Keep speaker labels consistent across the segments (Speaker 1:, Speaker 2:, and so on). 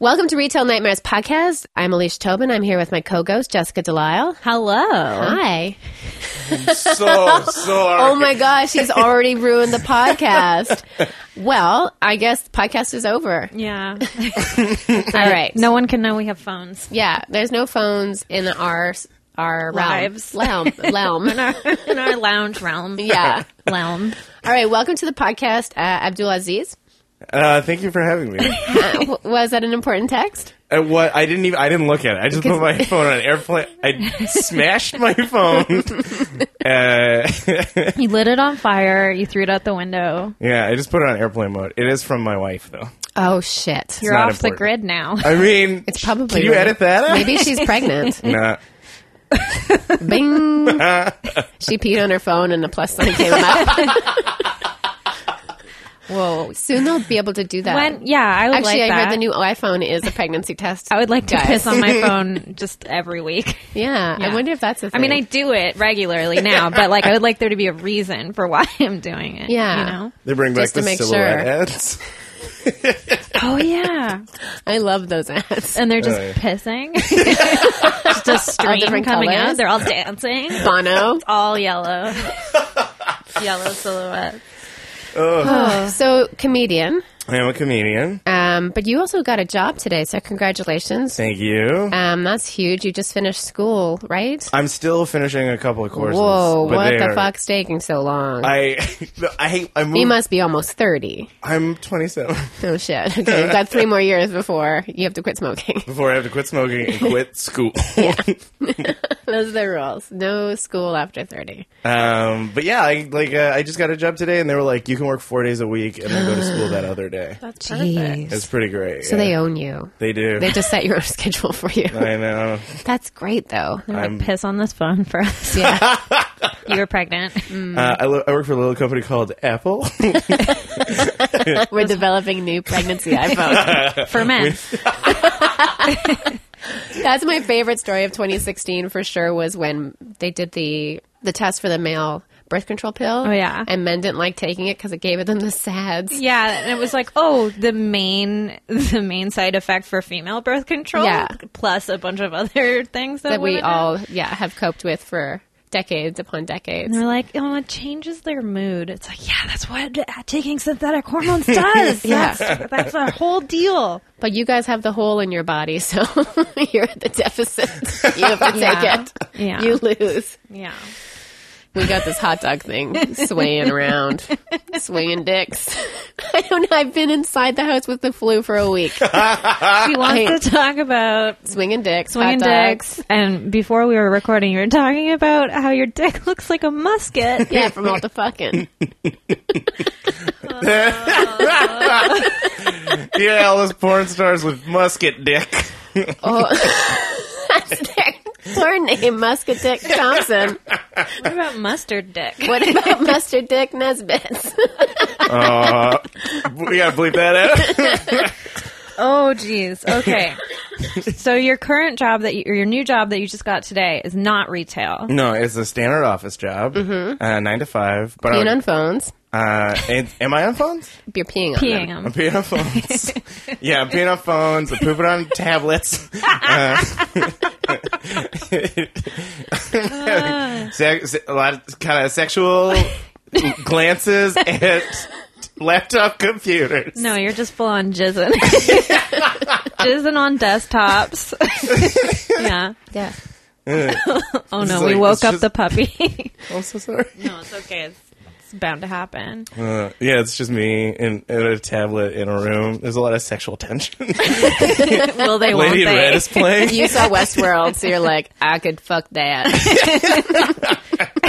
Speaker 1: Welcome to Retail Nightmares Podcast. I'm Alicia Tobin. I'm here with my co-ghost, Jessica Delisle.
Speaker 2: Hello.
Speaker 1: Hi.
Speaker 3: so sorry.
Speaker 1: Oh my gosh, she's already ruined the podcast. Well, I guess the podcast is over.
Speaker 2: Yeah.
Speaker 1: All right.
Speaker 2: No one can know we have phones.
Speaker 1: Yeah, there's no phones in our our
Speaker 2: Lives.
Speaker 1: realm. Realm.
Speaker 2: In
Speaker 1: realm.
Speaker 2: our, in our lounge realm.
Speaker 1: yeah.
Speaker 2: Realm.
Speaker 1: All right. Welcome to the podcast, uh, Abdul Aziz.
Speaker 3: Uh, thank you for having me.
Speaker 1: Uh, w- was that an important text?
Speaker 3: And what I didn't even I didn't look at it. I just put my phone on airplane. I smashed my phone. uh,
Speaker 2: You lit it on fire. You threw it out the window.
Speaker 3: yeah, I just put it on airplane mode. It is from my wife though.
Speaker 1: Oh shit.
Speaker 2: You're
Speaker 3: not
Speaker 2: off the
Speaker 3: important.
Speaker 2: grid now.
Speaker 3: I mean,
Speaker 1: It's probably
Speaker 3: Can you
Speaker 1: right.
Speaker 3: edit that? Out?
Speaker 1: Maybe she's pregnant.
Speaker 3: Nah.
Speaker 1: Bing. She peed on her phone and a plus sign came up.
Speaker 2: Whoa.
Speaker 1: Soon they'll be able to do that.
Speaker 2: When, yeah, I would
Speaker 1: Actually,
Speaker 2: like
Speaker 1: I
Speaker 2: that. Oh,
Speaker 1: heard the new iPhone is a pregnancy test.
Speaker 2: I would like to
Speaker 1: Guys.
Speaker 2: piss on my phone just every week.
Speaker 1: yeah, I
Speaker 2: Yeah.
Speaker 1: wonder if that's a
Speaker 2: I
Speaker 1: thing.
Speaker 2: mean, I do it regularly now, but like, I would like there to be a reason for why I'm doing it.
Speaker 1: Yeah.
Speaker 2: You know?
Speaker 3: They bring back
Speaker 1: Just to
Speaker 3: the
Speaker 1: make
Speaker 3: silhouette
Speaker 1: sure.
Speaker 3: ads.
Speaker 2: Oh yeah.
Speaker 1: I love those ads.
Speaker 2: And they're just
Speaker 3: Oh, yeah.
Speaker 2: pissing. just a stream
Speaker 1: different
Speaker 2: coming out.
Speaker 1: colors.
Speaker 2: They're all dancing.
Speaker 1: Bono.
Speaker 2: all yellow. yellow silhouette. Oh.
Speaker 1: So comedian,
Speaker 3: I am a comedian.
Speaker 1: um, but you also got a job today, so congratulations.
Speaker 3: Thank you.
Speaker 1: Um, that's huge. You just finished school, right?
Speaker 3: I'm still finishing a couple of courses.
Speaker 1: Whoa,
Speaker 3: but
Speaker 1: what
Speaker 3: they
Speaker 1: the
Speaker 3: are-
Speaker 1: fuck's taking so long?
Speaker 3: I I I
Speaker 1: you
Speaker 3: moved,
Speaker 1: must be almost thirty.
Speaker 3: I'm 27
Speaker 1: Oh shit! Okay, you've got three more years before you have to quit smoking.
Speaker 3: before I have to quit smoking and quit school.
Speaker 1: Those are the rules. No school after thirty.
Speaker 3: Um, but yeah, I like uh, I just got a job today, and they were like, "You can work four days a week and then go to school that other day."
Speaker 2: That's
Speaker 3: It's pretty great.
Speaker 1: So
Speaker 3: yeah.
Speaker 1: they own you.
Speaker 3: they do.
Speaker 1: They just set your own schedule for you.
Speaker 3: I know.
Speaker 1: That's great, though.
Speaker 2: I'm like, piss on this phone for us.
Speaker 1: Yeah.
Speaker 2: you were pregnant.
Speaker 1: Mm.
Speaker 3: Uh, I, lo- I work for a little company called Apple.
Speaker 1: We're developing new pregnancy iPhones.
Speaker 2: For men.
Speaker 1: That's my favorite story of 2016 for sure was when they did the the test for the male birth control pill.
Speaker 2: Oh, yeah.
Speaker 1: And men didn't like taking it because it gave them the sads.
Speaker 2: Yeah, and it was like, oh, the main the main side effect for female birth control,
Speaker 1: Yeah.
Speaker 2: plus a bunch of other things that,
Speaker 1: That we
Speaker 2: women have.
Speaker 1: all yeah have coped with for decades upon decades.
Speaker 2: And they're like, oh, it changes their mood. It's like, yeah, that's what uh, taking synthetic hormones does.
Speaker 1: Yeah.
Speaker 2: that's, that's a whole deal.
Speaker 1: But you guys have the hole in your body, so you're at the deficit. You have to take
Speaker 2: Yeah.
Speaker 1: it.
Speaker 2: Yeah.
Speaker 1: You lose.
Speaker 2: Yeah,
Speaker 1: We got this hot dog thing swaying around, swinging dicks. I don't know. I've been inside the house with the flu for a week,
Speaker 2: we want to talk about
Speaker 1: swinging dicks,
Speaker 2: swinging
Speaker 1: hot dogs.
Speaker 2: dicks. And before we were recording, you were talking about how your dick looks like a musket.
Speaker 1: Yeah, from all the fucking.
Speaker 3: yeah, all those porn stars with musket dick.
Speaker 1: Oh, that's their porn name, Musket Dick Thompson.
Speaker 2: what about mustard dick?
Speaker 1: What about Mustard Dick Nesbitt?
Speaker 3: Uh, we gotta bleep that out.
Speaker 2: Oh, geez. Okay. so your current job that you, or your new job that you just got today is not retail.
Speaker 3: no, it's a standard office job, uh, nine to five. But
Speaker 1: Mm-hmm. Being
Speaker 3: I,
Speaker 1: on phones,
Speaker 3: uh, and, am I on phones?
Speaker 1: you're peeing on
Speaker 2: Peeing
Speaker 1: them.
Speaker 3: I'm
Speaker 2: them.
Speaker 3: peeing on phones. yeah, I'm peeing on phones. I'm pooping on tablets. Uh, sex, a lot of kind of sexual glances at laptop computers.
Speaker 2: No, you're just full on jizzing. jizzing on desktops. yeah.
Speaker 1: Yeah.
Speaker 2: Oh
Speaker 3: This
Speaker 2: no,
Speaker 3: is
Speaker 2: we
Speaker 3: like-
Speaker 2: woke
Speaker 3: it's
Speaker 2: up
Speaker 3: just-
Speaker 2: the puppy.
Speaker 3: I'm so sorry.
Speaker 2: no, it's okay. It's, it's bound to happen.
Speaker 3: Uh, yeah, it's just me and, and a tablet in a room. There's a lot of sexual tension.
Speaker 2: Will they? won't
Speaker 3: Lady in
Speaker 2: they?
Speaker 3: Red is playing.
Speaker 1: You saw Westworld, so you're like, I could fuck that.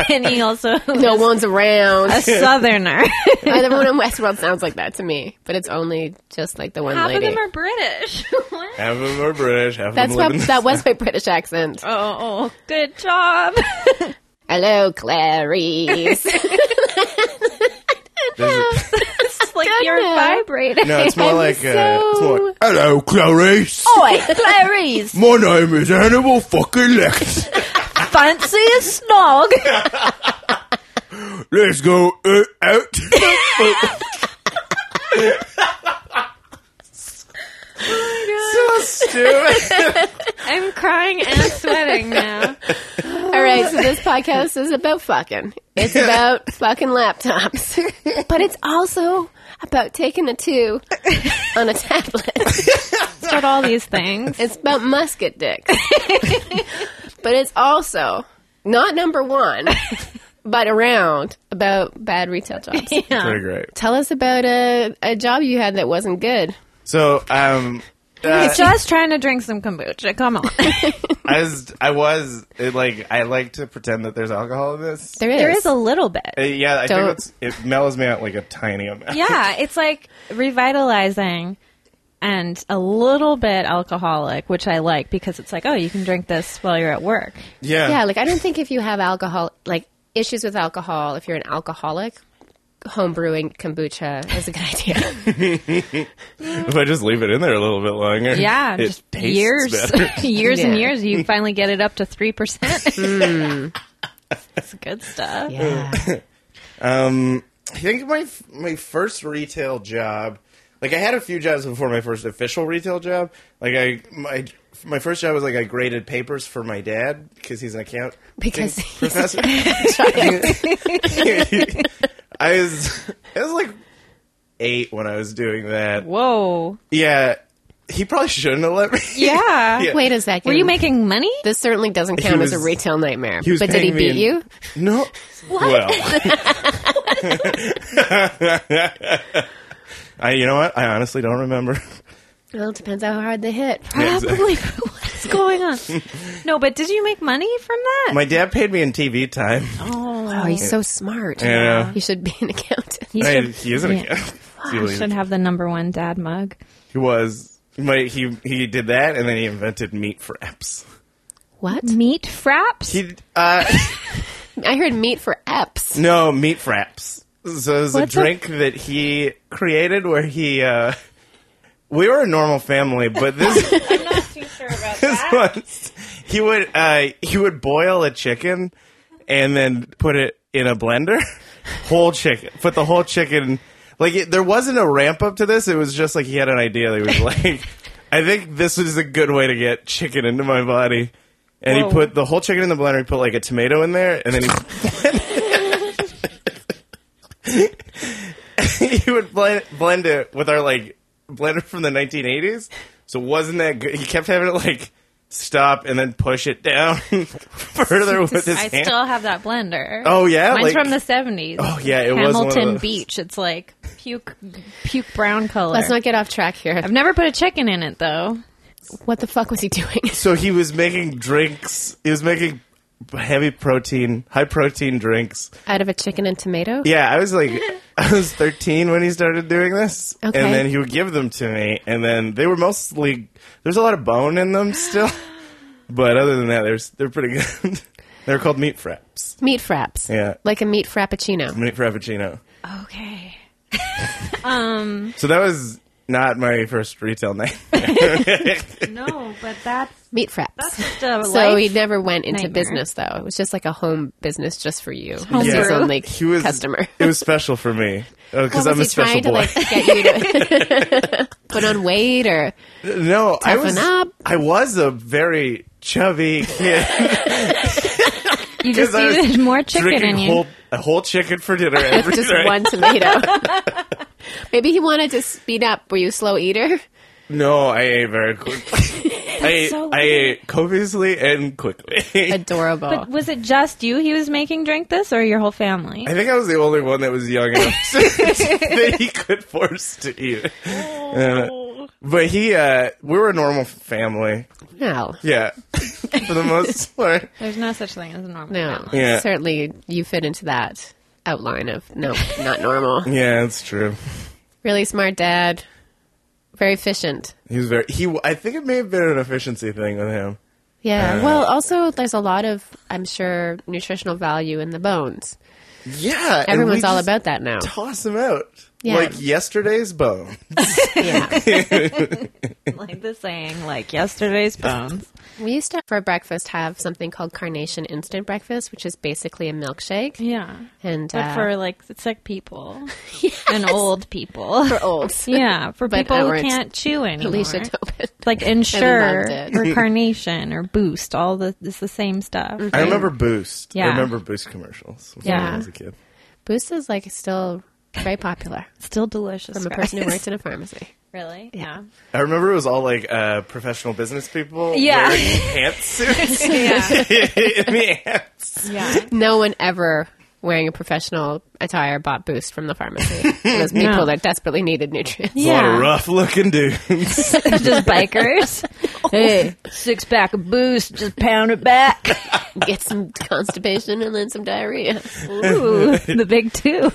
Speaker 2: and he also
Speaker 1: No one's around.
Speaker 2: a southerner.
Speaker 1: Everyone in Westworld sounds like that to me, but it's only just like the one
Speaker 2: Half of
Speaker 1: lady.
Speaker 2: them are British. What?
Speaker 3: Half of them are British. Half of
Speaker 1: That's
Speaker 3: them live
Speaker 1: what
Speaker 3: in
Speaker 1: that was my British accent.
Speaker 2: oh, good job.
Speaker 1: Hello, Clarice.
Speaker 3: There's a-
Speaker 2: It's like
Speaker 1: down
Speaker 2: you're
Speaker 1: now.
Speaker 2: vibrating.
Speaker 4: No, it's more
Speaker 1: I'm
Speaker 4: like uh, it's more
Speaker 1: so-
Speaker 4: like, hello, Clarice.
Speaker 2: Boy, Clarice,
Speaker 4: My name is Hannibal fucking Lex.
Speaker 2: fancy a snog.
Speaker 4: Let's go uh, out.
Speaker 3: So stupid.
Speaker 2: I'm crying and sweating now.
Speaker 1: All right, so this podcast is about fucking. It's about fucking laptops, but it's also about taking a two on a tablet.
Speaker 2: It's about all these things.
Speaker 1: It's about musket dicks, but it's also not number one, but around about bad retail jobs.
Speaker 2: Yeah.
Speaker 4: Pretty great.
Speaker 1: Tell us about a, a job you had that wasn't good.
Speaker 3: So um, uh,
Speaker 2: It's just trying to drink some kombucha. Come on.
Speaker 3: I was I was it, like I like to pretend that there's alcohol in this.
Speaker 1: There is.
Speaker 2: There is a little
Speaker 3: Uh,
Speaker 2: bit.
Speaker 3: yeah, I
Speaker 1: Don't-
Speaker 3: think it's, it mellows me out like a tiny amount.
Speaker 2: Yeah, it's like revitalizing and a little bit alcoholic, which I like because it's like, oh, you can drink this while you're at work.
Speaker 3: yeah.
Speaker 1: Yeah, like I don't think if you have alcohol, like issues with alcohol, if you're an alcoholic, home brewing kombucha is a good idea.
Speaker 3: If I just leave it in there a little bit longer,
Speaker 2: Yeah,
Speaker 3: it
Speaker 2: just
Speaker 3: tastes
Speaker 2: years,
Speaker 3: better.
Speaker 2: years
Speaker 1: Yeah.
Speaker 2: and years. You finally get it up to three percent. It's good stuff.
Speaker 1: Yeah.
Speaker 3: Um, I think my my first retail job, like I had a few jobs before my first official retail job. Like I my my first job was like I graded papers for my dad because he's an account
Speaker 1: Because he's-
Speaker 3: professor. I was I was like eight when I was doing that.
Speaker 2: Whoa.
Speaker 3: Yeah, he probably shouldn't have let me.
Speaker 2: Yeah.
Speaker 3: Yeah.
Speaker 1: Wait a second.
Speaker 2: Were you making money?
Speaker 1: this certainly doesn't count as a
Speaker 3: was-
Speaker 1: retail nightmare.
Speaker 3: he was
Speaker 1: But did he beat
Speaker 3: paying me in-
Speaker 1: you?
Speaker 3: No. Well. I, you know what? I honestly don't remember.
Speaker 1: Well, it depends how hard they hit.
Speaker 3: Yeah, exactly.
Speaker 2: Probably. What's going on? No, but did you make money from that?
Speaker 3: My dad paid me in TV time.
Speaker 1: Oh, he's so smart.
Speaker 3: Yeah.
Speaker 1: He should be an accountant.
Speaker 2: You
Speaker 3: I-
Speaker 2: should,
Speaker 3: he is an
Speaker 2: yeah.
Speaker 3: accountant.
Speaker 2: you should have the number one dad mug.
Speaker 3: He was. My, he he did that, and then he invented meat fraps.
Speaker 1: What?
Speaker 2: Meat fraps.
Speaker 3: He uh,
Speaker 1: I heard meat for eps.
Speaker 3: no meat fraps. So it was
Speaker 2: What's
Speaker 3: a
Speaker 2: a-
Speaker 3: drink that he created where he. Uh, we were a normal family, but this
Speaker 2: I'm not too sure about
Speaker 3: this was he would uh, he would boil a chicken and then put it in a blender, whole chicken. Put the whole chicken. Like it, there wasn't a ramp up to this. It was just like he had an idea. He was like, I think this is a good way to get chicken into my body. And
Speaker 2: Whoa.
Speaker 3: he put the whole chicken in the blender. He put like a tomato in there, and then he he would blend blend it with our like blender from the 1980s. So wasn't that good? He kept having it like stop and then push it down further with his
Speaker 2: I
Speaker 3: hand.
Speaker 2: still have that blender.
Speaker 3: Oh, yeah?
Speaker 2: mine's
Speaker 3: Like-
Speaker 2: from the seventies.
Speaker 3: Oh, yeah, it was
Speaker 2: Hamilton
Speaker 3: one of those.
Speaker 2: Beach. It's like puke, puke brown color.
Speaker 1: Let's not get off track here.
Speaker 2: I've never put a chicken in it though.
Speaker 1: What the fuck was he doing?
Speaker 3: so he was making drinks. He was making heavy protein, high protein drinks.
Speaker 1: Out of a chicken and tomato?
Speaker 3: Yeah, I was like, I was 13 when he started doing this,
Speaker 1: Okay.
Speaker 3: and then he would give them to me, and then they were mostly there's a lot of bone in them still, but other than that, they're s- they're pretty good. they're called meat fraps.
Speaker 1: Meat fraps.
Speaker 3: Yeah.
Speaker 1: Like a meat frappuccino.
Speaker 3: Meat frappuccino.
Speaker 2: Okay.
Speaker 3: So that was not my first retail night.
Speaker 2: No, but that's
Speaker 1: Meat fraps.
Speaker 2: just a
Speaker 1: So he never went into
Speaker 2: nightmare.
Speaker 1: business though. It was just like a home business just for you.
Speaker 2: home
Speaker 1: He's his
Speaker 2: brew.
Speaker 1: only
Speaker 3: he was
Speaker 1: customer.
Speaker 3: It was special for me because
Speaker 1: What
Speaker 3: I'm a
Speaker 1: was he
Speaker 3: special
Speaker 1: trying
Speaker 3: boy.
Speaker 1: to like get you to put on weight or
Speaker 3: no, I
Speaker 1: toughen
Speaker 3: was
Speaker 1: up?
Speaker 3: I was a very chubby kid.
Speaker 2: you just
Speaker 3: 'cause I was
Speaker 2: needed more chicken in
Speaker 3: Drinking
Speaker 2: you.
Speaker 3: whole, a whole chicken for dinner every
Speaker 1: just
Speaker 3: night.
Speaker 1: one tomato? Maybe he wanted to speed up. Were you a slow eater?
Speaker 3: No, I ate very quickly. I, ate-
Speaker 2: so
Speaker 3: I ate copiously and quickly. I
Speaker 1: Adorable.
Speaker 2: but was it just you he was making drink this, or your whole family?
Speaker 3: think I was the only one that was young enough that he could force to eat. it.
Speaker 1: Oh.
Speaker 3: Uh, but he, uh, we were a normal family.
Speaker 1: no.
Speaker 3: Yeah, for the most part.
Speaker 2: There's no such thing as a normal.
Speaker 1: No.
Speaker 2: family.
Speaker 3: Yeah.
Speaker 1: Certainly you fit into that outline of no, not normal.
Speaker 3: Yeah, that's true.
Speaker 1: Really smart dad. Very efficient.
Speaker 3: He was very. He. I think it may have been an efficiency thing with him.
Speaker 1: Yeah. well, also there's a lot of I'm sure nutritional value in the bones.
Speaker 3: Yeah, and we
Speaker 1: Everyone's all
Speaker 3: just
Speaker 1: about that now.
Speaker 3: toss them out
Speaker 1: Yeah.
Speaker 3: like yesterday's bone.
Speaker 1: Yeah.
Speaker 2: like the saying, like yesterday's bones.
Speaker 1: we used to, for breakfast, have something called Carnation Instant Breakfast, which is basically a milkshake.
Speaker 2: Yeah.
Speaker 1: And
Speaker 2: But
Speaker 1: uh,
Speaker 2: for like sick people and old people.
Speaker 1: for old.
Speaker 2: yeah, for
Speaker 1: But
Speaker 2: people who
Speaker 1: ours-
Speaker 2: can't chew anymore.
Speaker 1: Alicia Tobin.
Speaker 2: like ensure
Speaker 1: it.
Speaker 2: or carnation or boost, all the it's the same stuff.
Speaker 3: I remember Boost. I
Speaker 2: Yeah.
Speaker 3: remember Boost commercials from when
Speaker 2: Yeah.
Speaker 3: I was a kid.
Speaker 1: Boost is like still very popular
Speaker 2: Still delicious.
Speaker 1: from a
Speaker 2: guys.
Speaker 1: person who worked in a pharmacy.
Speaker 2: really, yeah,
Speaker 3: I remember it was all like uh, professional business people
Speaker 2: Yeah.
Speaker 3: wearing pantsuits
Speaker 2: yeah,
Speaker 3: in the ants.
Speaker 2: yeah.
Speaker 1: No one ever wearing a professional attire bought Boost from the pharmacy. It was people
Speaker 2: No.
Speaker 1: that desperately needed nutrients.
Speaker 3: It's A lot of rough looking dudes.
Speaker 2: just bikers. Hey, six pack of boost, just pound it back.
Speaker 1: Get some constipation and then some diarrhea.
Speaker 2: Ooh, the big two.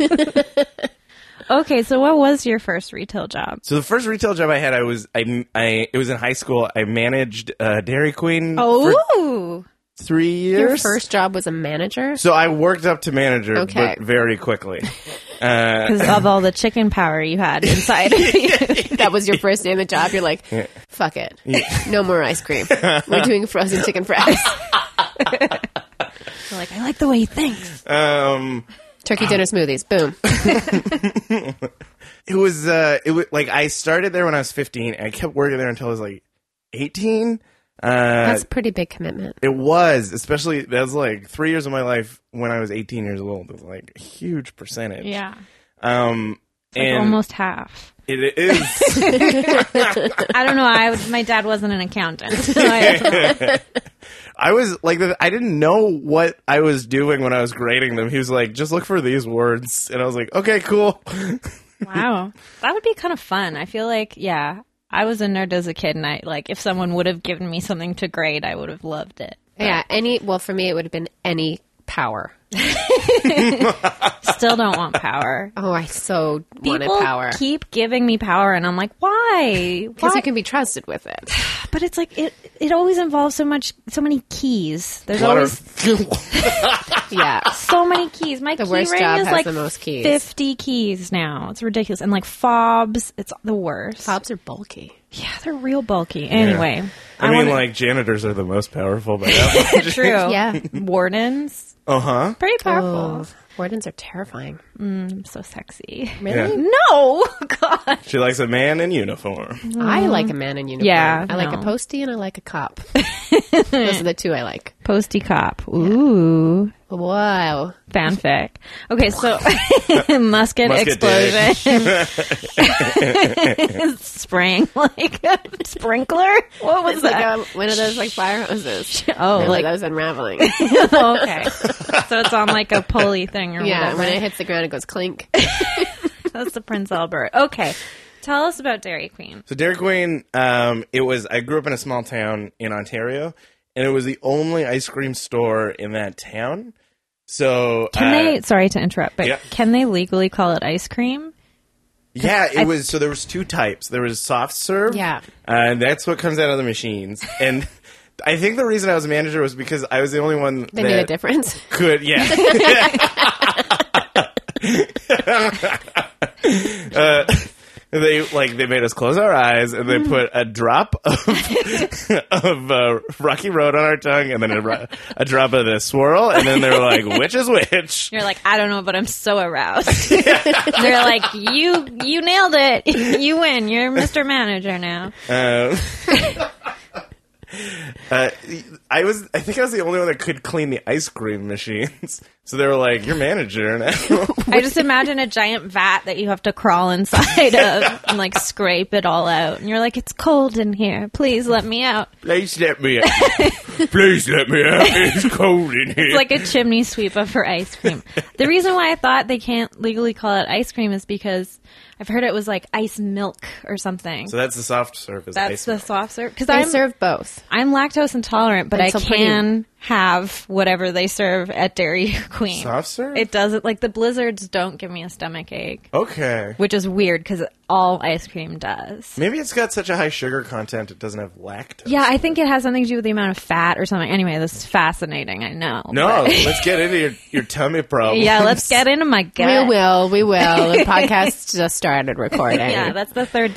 Speaker 2: okay, so what was your first retail job?
Speaker 3: so the first retail job I had, I was I, I it was in high school. I managed uh, Dairy Queen for
Speaker 2: Oh,
Speaker 3: three years.
Speaker 1: Your first job was a manager?
Speaker 3: So I worked up to manager,
Speaker 1: Okay.
Speaker 3: but very quickly.
Speaker 2: because of all the chicken power you had inside of you.
Speaker 1: That was your first day in the job. You're like, fuck it. No more ice cream. We're doing frozen chicken fries.
Speaker 2: You're like, I like the way he thinks.
Speaker 3: Um,
Speaker 1: Turkey dinner smoothies. Boom.
Speaker 3: it was uh it was like I started there when I was 15 and I kept working there until I was like 18. Uh
Speaker 1: That's a pretty big commitment.
Speaker 3: it was, especially that was like 3 years of my life when I was 18 years old. It was like a huge percentage.
Speaker 2: Yeah,
Speaker 3: Um
Speaker 2: like
Speaker 3: and
Speaker 2: almost half.
Speaker 3: it is
Speaker 2: I don't know. I would- my dad wasn't an accountant. So I,
Speaker 3: I was like the- I didn't know what I was doing when I was grading them. He was like just look for these words and I was like okay cool.
Speaker 2: wow, that would be kind of fun. I feel like yeah, I was a nerd as a kid, and I like if someone would have given me something to grade, I would have loved it.
Speaker 1: Yeah. Any, well, for me, it would have been any power.
Speaker 2: Still don't want power.
Speaker 1: Oh, I so wanted
Speaker 2: People
Speaker 1: power.
Speaker 2: keep giving me power, and I'm like, why?
Speaker 1: Because
Speaker 2: Why?
Speaker 1: you can be trusted with it.
Speaker 2: but it's like it. It always involves so much, so many keys. There's
Speaker 3: What
Speaker 2: always
Speaker 3: a-
Speaker 1: Yeah.
Speaker 2: so many keys. My key
Speaker 1: worst
Speaker 2: ring
Speaker 1: job
Speaker 2: is
Speaker 1: has
Speaker 2: like
Speaker 1: the most keys.
Speaker 2: fifty keys now. It's ridiculous, and like fobs. It's the worst.
Speaker 1: Fobs are bulky.
Speaker 2: Yeah, they're real bulky. Anyway,
Speaker 3: I mean
Speaker 2: wanna-
Speaker 3: like janitors are the most powerful by that much.
Speaker 2: True.
Speaker 1: Yeah.
Speaker 2: Wardens.
Speaker 3: Uh-huh.
Speaker 2: Pretty powerful.
Speaker 1: Oh, wardens are terrifying.
Speaker 2: I'm so sexy.
Speaker 3: Yeah.
Speaker 2: No, God.
Speaker 3: She likes a man in uniform.
Speaker 1: I like a man in uniform.
Speaker 2: Yeah,
Speaker 1: Mm. I like a
Speaker 2: no.
Speaker 1: postie and I like a cop. Those are the two I like.
Speaker 2: Posty cop. Ooh.
Speaker 1: Wow.
Speaker 2: Fanfic. Okay, so musket,
Speaker 3: Musket
Speaker 2: explosion. Spring, like sprinkler. What was
Speaker 1: It's like
Speaker 2: that?
Speaker 1: a, one of those like fire hoses.
Speaker 2: Oh,
Speaker 1: Really,
Speaker 2: like-
Speaker 1: that was unraveling.
Speaker 2: Oh, okay. so it's on like a pulley thing or
Speaker 1: yeah, when
Speaker 2: whatever.
Speaker 1: it hits the ground, it goes clink.
Speaker 2: That's the Prince Albert. Okay, tell us about Dairy Queen.
Speaker 3: So Dairy Queen, um, it was. I grew up in a small town in Ontario, and it was the only ice cream store in that town. So
Speaker 2: Can
Speaker 3: uh,
Speaker 2: they? Sorry to interrupt, but
Speaker 3: yeah.
Speaker 2: can they legally call it ice cream?
Speaker 3: Yeah, it
Speaker 2: I-
Speaker 3: was. So there was two types. There was soft serve.
Speaker 1: Yeah.
Speaker 3: uh, and that's what comes out of the machines. And I think the reason I was a manager was because I was the only one
Speaker 1: They
Speaker 3: that
Speaker 1: made a difference.
Speaker 3: could. Yeah. Uh, They like they made us close our eyes and they put a drop of of uh, Rocky Road on our tongue and then a, ro- a drop of the swirl and then they were like which is which
Speaker 2: You're like, I don't know, but I'm so aroused. They're like, you you nailed it. You win. You're Mr. Manager now.
Speaker 3: Um, uh, I was I think I was the only one that could clean the ice cream machines so they were like you're manager now
Speaker 2: I just imagine a giant vat that you have to crawl inside of and like scrape it all out. And you're like, it's cold in here. Please let me out.
Speaker 3: please let me out please let me out it's cold in here
Speaker 2: It's like a chimney sweep up for ice cream. The reason why I thought they can't legally call it ice cream is because I've heard it was like ice milk or something.
Speaker 3: so that's the soft serve is
Speaker 2: That's
Speaker 3: ice
Speaker 2: the
Speaker 3: milk.
Speaker 2: soft serve. Because
Speaker 1: They
Speaker 2: I'm
Speaker 1: serve both.
Speaker 2: I'm lactose intolerant, but
Speaker 1: And
Speaker 2: I
Speaker 1: so pretty.
Speaker 2: can have whatever they serve at Dairy Queen.
Speaker 3: Soft serve?
Speaker 2: It doesn't like the blizzards don't give me a stomach ache,
Speaker 3: Okay.
Speaker 2: which is weird because all ice cream does.
Speaker 3: Maybe it's got such a high sugar content it doesn't have lactose.
Speaker 2: Yeah, I think it has something to do with the amount of fat or something. Anyway, this is fascinating. I know.
Speaker 3: No, let's get into your, your tummy problem.
Speaker 2: Yeah, let's get into my gut.
Speaker 1: We will. We will. The podcast just started recording.
Speaker 2: Yeah, that's the third